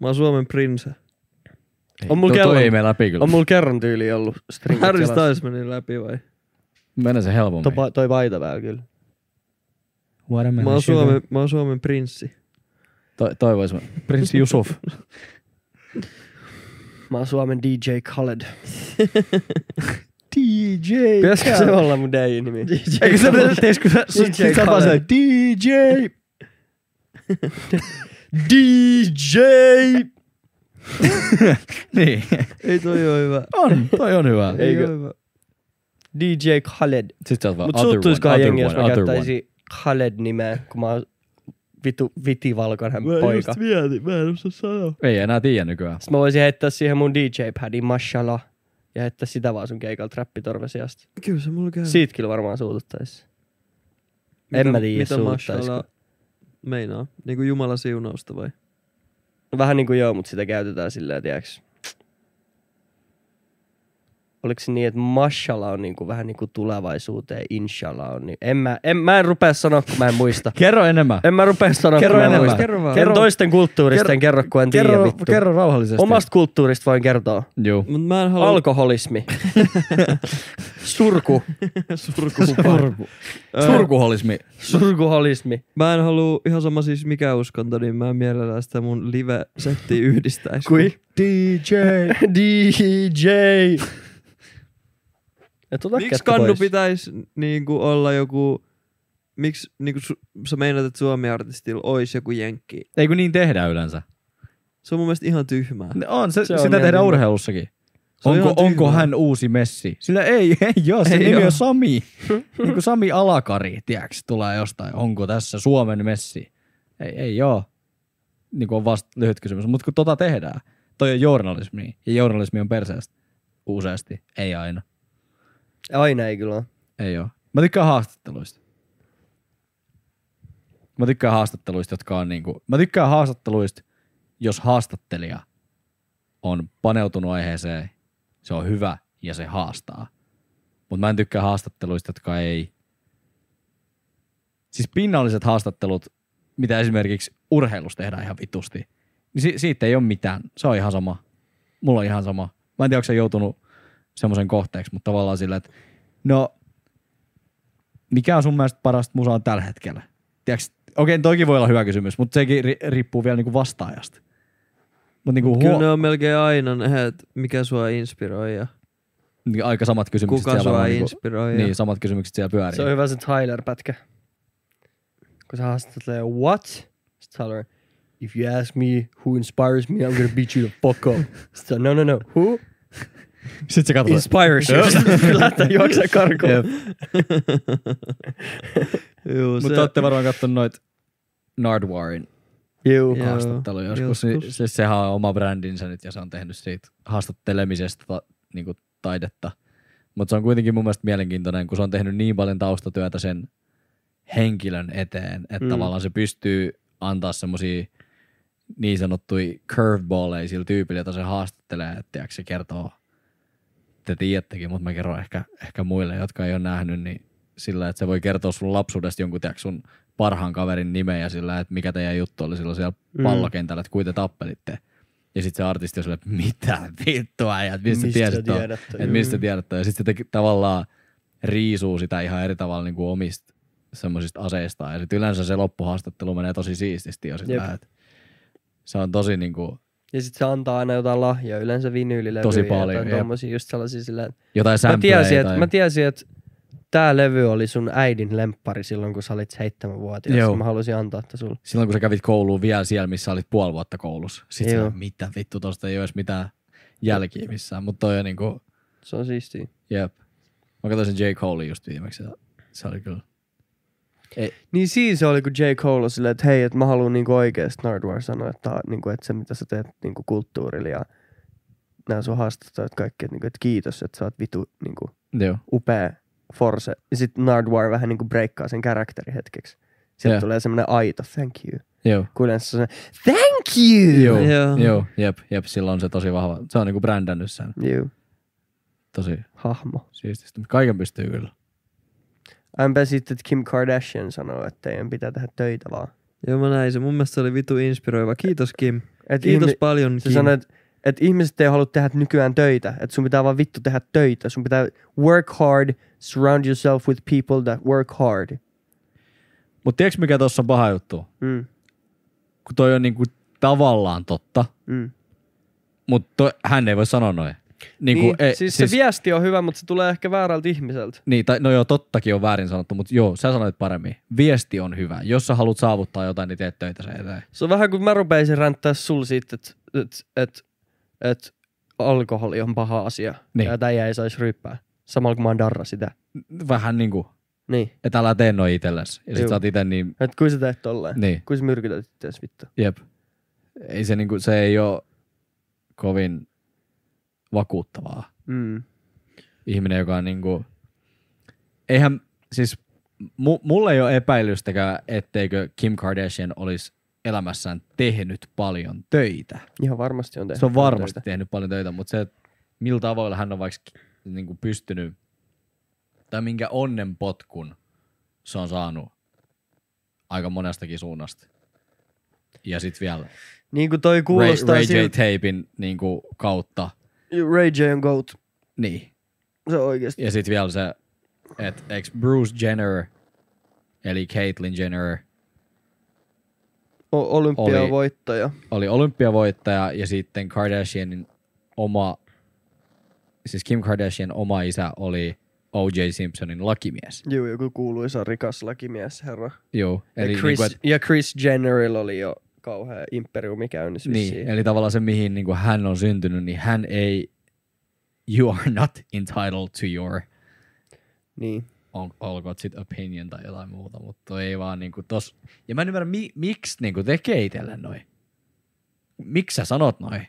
[SPEAKER 3] Mä oon Suomen prinsa.
[SPEAKER 1] Ei,
[SPEAKER 2] On mulla
[SPEAKER 1] tuo- tuo
[SPEAKER 2] kello.
[SPEAKER 1] ei mene läpi kyllä.
[SPEAKER 2] On mulla kerran tyyli ollut stringit
[SPEAKER 3] Harry
[SPEAKER 2] jalassa.
[SPEAKER 3] Styles meni läpi vai?
[SPEAKER 1] Mene se helpommin.
[SPEAKER 2] Toi, pa- toi paita päällä kyllä.
[SPEAKER 3] Mä oon, Suomen, mä oon Suomen prinssi.
[SPEAKER 1] To- toivois mä. Prinssi Yusuf.
[SPEAKER 2] Mä oon Suomen DJ Khaled.
[SPEAKER 1] DJ.
[SPEAKER 2] Pitäisikö se olla mun DJ-nimi?
[SPEAKER 1] Eikö se pitäisi, teisikö sä,
[SPEAKER 2] DJ
[SPEAKER 1] sit sä vaan
[SPEAKER 2] Khaled.
[SPEAKER 1] se, DJ.
[SPEAKER 2] DJ!
[SPEAKER 1] niin.
[SPEAKER 3] Ei toi oo hyvä.
[SPEAKER 1] On, toi on hyvä.
[SPEAKER 3] Ei
[SPEAKER 2] Eikö?
[SPEAKER 3] oo hyvä.
[SPEAKER 2] DJ Khaled.
[SPEAKER 1] Sitten sä oot vaan
[SPEAKER 2] Mut
[SPEAKER 1] other
[SPEAKER 2] suuttuisikohan
[SPEAKER 1] one,
[SPEAKER 2] jengi, jos
[SPEAKER 1] other
[SPEAKER 2] mä
[SPEAKER 1] one, other one.
[SPEAKER 2] käyttäisin Khaled-nimeä, kun mä oon vitu, vitivalkoinen poika.
[SPEAKER 3] Mä just mietin, mä en osaa sanoa.
[SPEAKER 1] Ei enää tiedä nykyään.
[SPEAKER 2] Sitten mä voisin heittää siihen mun DJ-padin, mashallah. Ja heittää sitä vaan sun keikalta trappitorven sijasta.
[SPEAKER 3] Kyllä se mulla käy.
[SPEAKER 2] Siitä kyllä varmaan suututtais. en
[SPEAKER 3] Mitä-
[SPEAKER 2] mä tiedä,
[SPEAKER 3] Mitä
[SPEAKER 2] suuttaisiko.
[SPEAKER 3] Mashallah meinaa? Niinku Jumala siunausta vai?
[SPEAKER 2] No vähän niinku joo, mutta sitä käytetään silleen, tiiäks. Oliko se niin, että mashallah on niinku vähän niinku tulevaisuuteen, inshallah on niin. En mä, en, mä en rupea sanoa, kun mä en muista.
[SPEAKER 1] Kerro enemmän.
[SPEAKER 2] En mä rupea sanoa,
[SPEAKER 1] Kerro
[SPEAKER 2] kun mä en
[SPEAKER 1] enemmän.
[SPEAKER 2] muista.
[SPEAKER 3] Kerro vaan.
[SPEAKER 2] Kerro,
[SPEAKER 1] Kerro-
[SPEAKER 2] toisten kulttuurista en kerro, kun en tiedä
[SPEAKER 1] Kerro,
[SPEAKER 2] vittu.
[SPEAKER 1] kerro rauhallisesti.
[SPEAKER 2] Omasta kulttuurista voin kertoa.
[SPEAKER 1] Juu.
[SPEAKER 3] Mut mä en halua...
[SPEAKER 2] Alkoholismi. Surku.
[SPEAKER 3] Surkuhupa.
[SPEAKER 1] Surkuholismi.
[SPEAKER 2] Surkuholismi.
[SPEAKER 3] mä en halua ihan sama siis mikä uskonto, niin mä en mielellään sitä mun live-settiä yhdistäis.
[SPEAKER 2] Kui?
[SPEAKER 1] DJ.
[SPEAKER 2] DJ. Et ota
[SPEAKER 3] Miksi
[SPEAKER 2] tota kättä
[SPEAKER 3] kannu
[SPEAKER 2] pois.
[SPEAKER 3] pitäis niinku olla joku... Miksi niinku su, sä meinaat, että Suomi-artistilla ois joku jenkki?
[SPEAKER 1] Ei kun niin tehdään yleensä.
[SPEAKER 3] Se on mun mielestä ihan tyhmää.
[SPEAKER 1] Ne On, se,
[SPEAKER 2] Se
[SPEAKER 1] se
[SPEAKER 2] on
[SPEAKER 1] sitä
[SPEAKER 2] ihan
[SPEAKER 1] tehdään
[SPEAKER 2] hyvä.
[SPEAKER 1] urheilussakin.
[SPEAKER 3] Se on
[SPEAKER 1] onko,
[SPEAKER 3] ihan
[SPEAKER 1] onko
[SPEAKER 3] tyhmää.
[SPEAKER 1] hän uusi Messi? Sillä ei, ei joo, se
[SPEAKER 3] Ei
[SPEAKER 1] ei nimi
[SPEAKER 3] oo.
[SPEAKER 1] on Sami. niin kuin Sami Alakari, tiedäks, tulee jostain. Onko tässä Suomen Messi? Ei, ei joo. niin on vasta lyhyt kysymys, mutta kun tota tehdään, toi on journalismi, ja journalismi on perseestä useasti, ei aina,
[SPEAKER 2] Aina ei kyllä ole.
[SPEAKER 1] ei oo. Mä tykkään haastatteluista. Mä tykkään haastatteluista, jotka on niinku, mä tykkään haastatteluista, jos haastattelija on paneutunut aiheeseen, se on hyvä ja se haastaa. Mutta mä en tykkää haastatteluista, jotka ei... Siis pinnalliset haastattelut, mitä esimerkiksi urheilussa tehdään ihan vitusti, niin si- siitä ei ole mitään. Se on ihan sama. Mulla on ihan sama. Mä en tiedä, onko se joutunut semmoisen kohteeksi, mutta tavallaan sillä, että no, mikä on sun mielestä parasta musaa tällä hetkellä? Tiedätkö, okei, toikin voi olla hyvä kysymys, mutta sekin ri- riippuu vielä niinku vastaajasta. Mutta niinku
[SPEAKER 3] Kyllä ne
[SPEAKER 1] huo-
[SPEAKER 3] on melkein aina ne, että mikä sua inspiroi ja
[SPEAKER 1] niin aika samat kysymykset
[SPEAKER 3] kuka sua
[SPEAKER 1] varmaan
[SPEAKER 2] niinku-
[SPEAKER 3] inspiroi.
[SPEAKER 1] Niin, samat kysymykset siellä pyörii.
[SPEAKER 2] Se on hyvä se Tyler-pätkä. Kun se haastattelee, what? Sitten Tyler, if you ask me who inspires me, I'm gonna beat you the fuck up. Sitten no, no, no, who?
[SPEAKER 1] Sitten se katsoo.
[SPEAKER 2] Inspires you. Sitten lähtee juoksee karkuun.
[SPEAKER 1] Jep.
[SPEAKER 3] ja... Juu,
[SPEAKER 1] Mutta olette varmaan katsonut noit Nardwarin
[SPEAKER 2] Juu.
[SPEAKER 3] Joo,
[SPEAKER 1] haastatteluja joskus. Niin,
[SPEAKER 3] joskus.
[SPEAKER 1] se, sehän on oma brändinsä nyt ja se on tehnyt siitä haastattelemisesta ta, niin kuin taidetta. Mutta se on kuitenkin mun mielestä mielenkiintoinen, kun se on tehnyt niin paljon taustatyötä sen henkilön eteen, että
[SPEAKER 2] Mm.
[SPEAKER 1] mm. tavallaan se pystyy antaa semmoisia niin sanottuja curveballeja sillä tyypillä, jota se haastattelee, että tiedätkö, se kertoo, te tiedättekin, mutta mä kerron ehkä, ehkä muille, jotka ei ole nähnyt, niin sillä, että se voi kertoa sun lapsuudesta jonkun tiedätkö, sun parhaan kaverin nimeä ja sillä, että mikä teidän juttu oli silloin siellä
[SPEAKER 2] Mm.
[SPEAKER 1] pallokentällä, että kuinka te tappelitte. Ja sitten se artisti on sille, mitä vittua, ja mistä, mistä
[SPEAKER 2] Mistä
[SPEAKER 1] tiesit ton?
[SPEAKER 2] tiedät Mm. ton?
[SPEAKER 1] että mistä tiedät ton? Ja sitten se teki, tavallaan riisuu sitä ihan eri tavalla niin kuin omista semmoisista aseistaan. Ja sitten yleensä se loppuhaastattelu menee tosi siististi jo
[SPEAKER 2] Jep.
[SPEAKER 1] sillä, että se on tosi niin kuin,
[SPEAKER 2] Ja sit se antaa aina jotain lahjaa, yleensä vinyylilevyjä.
[SPEAKER 1] Tosi paljon,
[SPEAKER 2] Ja jotain
[SPEAKER 1] jep.
[SPEAKER 2] tommosia just sellaisia sillä, että
[SPEAKER 1] jotain
[SPEAKER 2] mä
[SPEAKER 1] sämpelejä.
[SPEAKER 2] tiesin, että,
[SPEAKER 1] tai-
[SPEAKER 2] mä tiesin, että tää levy oli sun äidin lemppari silloin, kun sä olit seitsemänvuotias.
[SPEAKER 1] Joo.
[SPEAKER 2] Mä halusin antaa tätä sulle.
[SPEAKER 1] silloin kun sä kävit kouluun vielä siellä, missä olit puoli vuotta koulussa. Sitten
[SPEAKER 2] Joo.
[SPEAKER 1] sä, mitä vittu, tosta ei ole edes mitään jälkiä missään. Mutta toi on niinku,
[SPEAKER 2] Se on siistiä.
[SPEAKER 1] jep. Mä katsoin sen J. Coley just viimeksi. ja Se oli kyllä.
[SPEAKER 2] Niin siinä se oli, kun J. Cole on silleen, että hei, että mä haluan niinku oikeesti Nardwar sanoa, että, tää on niinku, että se mitä sä teet niinku kulttuurilla ja nämä sun haastattelut kaikki, että, niinku, että kiitos, että sä oot vitu niinku,
[SPEAKER 1] Joo.
[SPEAKER 2] upea force. Ja sitten Nardwar vähän niinku breikkaa sen karakteri hetkeksi. Sieltä
[SPEAKER 1] Joo.
[SPEAKER 2] tulee semmoinen aito thank you.
[SPEAKER 1] Joo.
[SPEAKER 2] Kun yleensä se on semmonen, thank you!
[SPEAKER 1] Joo.
[SPEAKER 3] Joo.
[SPEAKER 1] Joo. Joo. Jep. Jep. Sillä on se tosi vahva. Se on niinku brändännyt sen.
[SPEAKER 2] Juu,
[SPEAKER 1] Tosi
[SPEAKER 2] hahmo.
[SPEAKER 1] siististi. Mut Kaiken pystyy kyllä.
[SPEAKER 2] Ämpä sitten, että Kim Kardashian sanoo, että teidän pitää tehdä töitä vaan.
[SPEAKER 3] Joo, mä näin sen. Mun mielestä se oli vitu inspiroiva. Kiitos Kim.
[SPEAKER 2] Et
[SPEAKER 3] Kiitos paljon
[SPEAKER 2] Se
[SPEAKER 3] Kim.
[SPEAKER 2] sanoi, että, että ihmiset ei halua tehdä nykyään töitä, että sun pitää vaan vittu tehdä töitä. Sun pitää work hard, surround yourself with people that work hard.
[SPEAKER 1] Mutta tiedätkö mikä tuossa on paha juttu?
[SPEAKER 2] Mm,
[SPEAKER 1] Kun toi on niinku tavallaan totta,
[SPEAKER 2] mm.
[SPEAKER 1] mutta hän ei voi sanoa noin. Niinku, ei,
[SPEAKER 2] siis, siis se viesti on hyvä, mutta se tulee ehkä väärältä ihmiseltä.
[SPEAKER 1] Niin, tai, no joo, tottakin on väärin sanottu, mutta joo, sä sanoit paremmin. Viesti on hyvä. Jos sä haluat saavuttaa jotain, niin teet töitä sen eteen.
[SPEAKER 2] Se on vähän kuin mä rupeisin ränttää sul siitä, että et, et, et alkoholi on paha asia.
[SPEAKER 1] Niin.
[SPEAKER 2] Ja täijä ei saisi ryppää. Samalla kun mä oon darra sitä.
[SPEAKER 1] Vähän niinku,
[SPEAKER 2] Niin.
[SPEAKER 1] että älä tee noin itelles. Ja
[SPEAKER 2] Juu.
[SPEAKER 1] sit sä oot ite niin,
[SPEAKER 2] Et kui sä teet tolleen?
[SPEAKER 1] niin,
[SPEAKER 2] Kui sä myrkytät itseäsi vittu?
[SPEAKER 1] jep. Ei se niinku, se ei oo kovin vakuuttavaa.
[SPEAKER 2] Mm.
[SPEAKER 1] Ihminen, joka on niinku, eihän, siis mu, mulle ei ole epäilystäkään, etteikö Kim Kardashian olisi elämässään tehnyt paljon töitä.
[SPEAKER 2] Ihan varmasti on tehnyt.
[SPEAKER 1] Se on varmasti
[SPEAKER 2] töitä.
[SPEAKER 1] tehnyt paljon töitä, mutta se, että millä tavoilla hän on vaikka niin kuin pystynyt, tai minkä onnenpotkun se on saanut aika monestakin suunnasta. Ja sitten vielä
[SPEAKER 2] Niin kuin toi
[SPEAKER 1] Ray,
[SPEAKER 2] kuulostaa
[SPEAKER 1] Ray
[SPEAKER 2] siltä.
[SPEAKER 1] J. Tapein niin kuin, kautta.
[SPEAKER 2] Ray J on goat.
[SPEAKER 1] Niin.
[SPEAKER 2] Se on oikeesti.
[SPEAKER 1] Ja sitten vielä se, että eikö Bruce Jenner, eli Caitlyn Jenner,
[SPEAKER 2] O- olympiavoittaja.
[SPEAKER 1] oli olympiavoittaja ja sitten Kardashianin oma, siis Kim Kardashian oma isä oli O.J. Simpsonin lakimies.
[SPEAKER 2] Joo, joku kuuluisa rikas lakimies herra.
[SPEAKER 1] Joo,
[SPEAKER 2] Eli
[SPEAKER 1] eli,
[SPEAKER 2] ja, Chris,
[SPEAKER 1] niinku,
[SPEAKER 2] niin
[SPEAKER 1] et,
[SPEAKER 2] ja Chris Jennerillä oli jo kauhea imperiumi käynnissä
[SPEAKER 1] niin, eli tavallaan se, mihin niinku hän on syntynyt, niin hän ei, you are not entitled to your,
[SPEAKER 2] niin.
[SPEAKER 1] on, olkoon sit opinion tai jotain muuta, mutta toi ei vaan niinku tos, ja mä en ymmärrä, mi, miksi niinku tekee itselle noin. miksi sä sanot noin?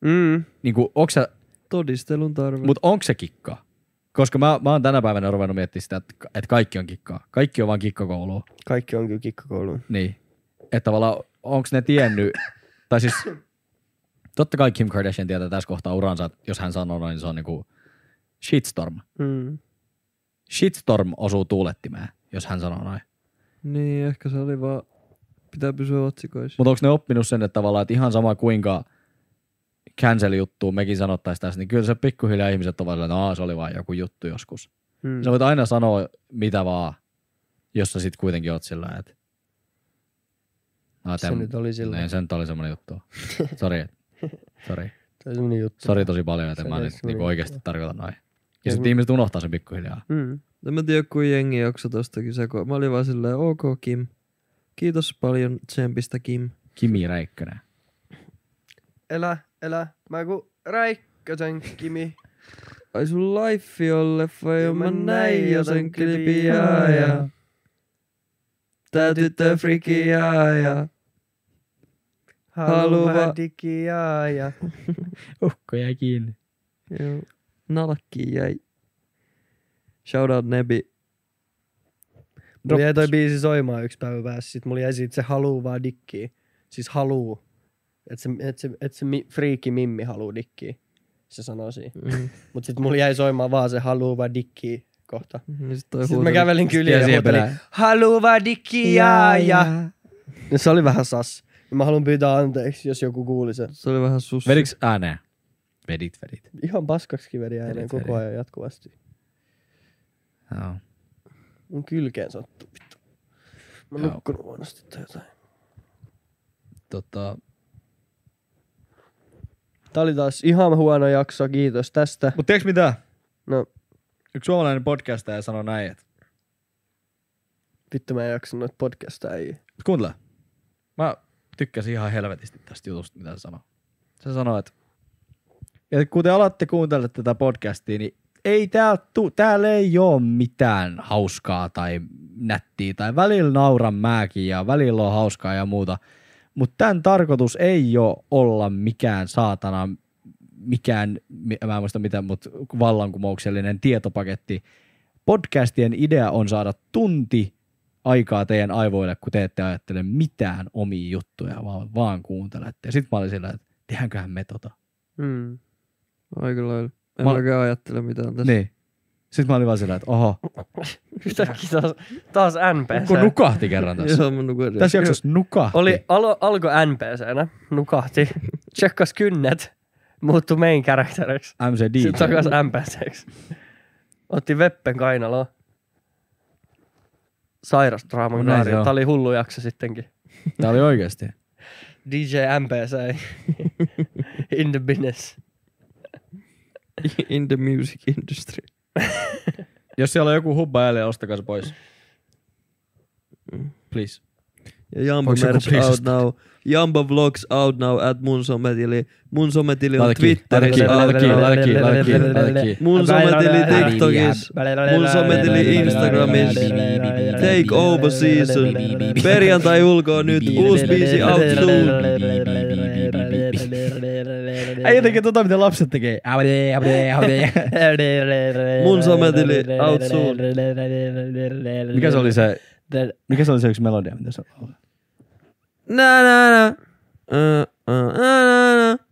[SPEAKER 4] Mm.
[SPEAKER 1] Niinku, onks sä,
[SPEAKER 3] Todistelun tarve.
[SPEAKER 1] mut onks se kikkaa? Koska mä, mä oon tänä päivänä ruvennut miettimään sitä, että ka- että kaikki on kikkaa. Kaikki on vaan kikkakoulua.
[SPEAKER 2] Kaikki on kyllä kikkakouluun.
[SPEAKER 1] Niin. Että tavallaan onko ne tiennyt, tai siis totta kai Kim Kardashian tietää tässä kohtaa uransa, että jos hän sanoo noin, niin se on niinku shitstorm.
[SPEAKER 2] Mm.
[SPEAKER 1] Shitstorm osuu tuulettimeen, jos hän sanoo noin.
[SPEAKER 3] Niin, ehkä se oli vaan, pitää pysyä otsikoissa.
[SPEAKER 1] Mutta onko ne oppinut sen, että tavallaan että ihan sama kuinka cancel juttu mekin sanottaisiin tässä, niin kyllä se pikkuhiljaa ihmiset ovat että "Aa, se oli vaan joku juttu joskus.
[SPEAKER 2] Mm.
[SPEAKER 1] Sä voit aina sanoa mitä vaan, jos sä sit kuitenkin oot sillä, että no,
[SPEAKER 2] Se nyt oli silloin.
[SPEAKER 1] Niin, se nyt oli semmoinen juttu. Sori. Sori.
[SPEAKER 2] Se on semmoinen juttu.
[SPEAKER 1] Sori tosi paljon, että
[SPEAKER 2] Se
[SPEAKER 1] mä
[SPEAKER 2] oli
[SPEAKER 1] nyt
[SPEAKER 2] semmoinen
[SPEAKER 1] niinku
[SPEAKER 2] juttu.
[SPEAKER 1] oikeasti tarkoitan noin. Ja
[SPEAKER 2] Ja
[SPEAKER 1] sitten
[SPEAKER 2] se-
[SPEAKER 1] ihmiset unohtaa sen pikkuhiljaa.
[SPEAKER 2] Mm.
[SPEAKER 3] En mä tiedä, kuin jengi jakso tostakin sekoa. Mä olin vaan silleen, ok Kim. Kiitos paljon tsempistä Kim.
[SPEAKER 1] Kimi Räikkönen.
[SPEAKER 2] Elä, elä, mä ku Räikkösen Kimi.
[SPEAKER 3] Ai sun life on leffa, jo mä näin jo sen klipiä ja tää tyttö frikiä ja Haluva-
[SPEAKER 2] Haluva digiaa ja...
[SPEAKER 1] Ukko jäi kiinni.
[SPEAKER 3] Joo. Nalakki jäi. Shoutout Nebi.
[SPEAKER 2] Mulla jäi toi biisi soimaan yksi päivä päässä, sit mulla jäi siitä se haluu vaan dikkiä. Siis haluu. Et se, et se, et se mi, friikki mimmi haluu dikkiä. Se sanoo siinä.
[SPEAKER 3] Mm.
[SPEAKER 2] Mut sit mulla jäi soimaan vaan se haluu vaan dikkiä kohta.
[SPEAKER 3] Ja Mm-hmm, sit toi
[SPEAKER 2] Sitten mä
[SPEAKER 3] huuteli,
[SPEAKER 2] kävelin kyliin ja
[SPEAKER 1] siihen
[SPEAKER 2] huutelin,
[SPEAKER 1] perään.
[SPEAKER 2] haluu vaan dikkiaa ja... No se oli vähän sas. Mä haluan pyytää anteeksi, jos joku kuuli sen.
[SPEAKER 3] Se oli vähän sussi.
[SPEAKER 1] Vediks ääneen? Vedit, vedit.
[SPEAKER 2] Ihan paskaksi veri ääneen
[SPEAKER 1] Eli-
[SPEAKER 2] koko ajan jatkuvasti.
[SPEAKER 1] Joo.
[SPEAKER 2] Mun kylkeen sattuu vittu. Mä
[SPEAKER 1] Joo.
[SPEAKER 2] nukkunut huonosti tai jotain.
[SPEAKER 1] Tota,
[SPEAKER 2] Tää oli taas ihan huono jakso, kiitos tästä.
[SPEAKER 1] Mutta tiedätkö mitä?
[SPEAKER 2] No
[SPEAKER 1] Yksi suomalainen podcastaja sanoi näin, että
[SPEAKER 2] vittu mä en jaksa noita podcastaa ei.
[SPEAKER 1] Mut kuuntele. Mä tykkäsin ihan helvetisti tästä jutusta, mitä se sanoi. Se sanoi, että, että kun te alatte kuuntelemaan tätä podcastia, niin ei täällä, tu, täällä ei ole mitään hauskaa tai nättiä tai välillä nauran mäkin ja välillä on hauskaa ja muuta. Mutta tämän tarkoitus ei ole olla mikään saatana, mikään, mi- mä en muista mitä, mutta vallankumouksellinen tietopaketti. Podcastien idea on saada tunti aikaa teidän aivoille, kun te ette ajattele mitään omia juttuja, vaan, vaan kuuntelette. Ja sit mä olin sillä, että tehdäänköhän me tota.
[SPEAKER 2] Mm.
[SPEAKER 3] Aika lailla. En
[SPEAKER 1] Mä-
[SPEAKER 3] mä... mäkään ajattele mitään tässä.
[SPEAKER 1] Niin. Sitten mä olin vaan sillä, että oho,
[SPEAKER 2] Yhtäkkiä taas, taas
[SPEAKER 1] kun
[SPEAKER 2] NPC.
[SPEAKER 1] nukahti kerran tässä.
[SPEAKER 3] Joo, mä nukuin.
[SPEAKER 1] tässä jaksossa nukahti.
[SPEAKER 2] Oli, alo, alko NPCnä, nukahti, tsekkas kynnet, muuttui main characteriksi.
[SPEAKER 1] MCD.
[SPEAKER 2] Sitten takas NPCksi. Otti Veppen kainaloa. Sairas draaman
[SPEAKER 1] No näin
[SPEAKER 2] kaari.
[SPEAKER 1] se on.
[SPEAKER 2] Tää oli hullu jakso sittenkin.
[SPEAKER 1] Tää oli oikeesti.
[SPEAKER 2] DJ MPC. In the business.
[SPEAKER 3] In the music industry.
[SPEAKER 1] Jos siellä on joku hubba jäljellä, ostakaa se pois. Please.
[SPEAKER 3] Ja Jamba
[SPEAKER 1] Voiko joku
[SPEAKER 3] merch
[SPEAKER 1] please
[SPEAKER 3] out
[SPEAKER 1] ostaa?
[SPEAKER 3] now. Jamba vlogs out now at mun sometili. Mun sometili on
[SPEAKER 1] Laita kiinni, laita
[SPEAKER 3] Twitterissä
[SPEAKER 1] kiinni,
[SPEAKER 3] out
[SPEAKER 1] laita kiinni,
[SPEAKER 3] now.
[SPEAKER 1] laita kiinni, laita kiinni, laita kiinni.
[SPEAKER 3] Mun sometili TikTokissa. Siis Mun sometili Instagramissa. Take over season. Perjantai ulkoa nyt. Uusi biisi out soon.
[SPEAKER 1] Ei jotenkin tota, mitä lapset tekee.
[SPEAKER 3] Mun sometili out soon.
[SPEAKER 1] Mikä se oli se, mikä se oli se yksi melodia, mitä se oli?
[SPEAKER 3] Na na na. Ö, ö, na, na, na.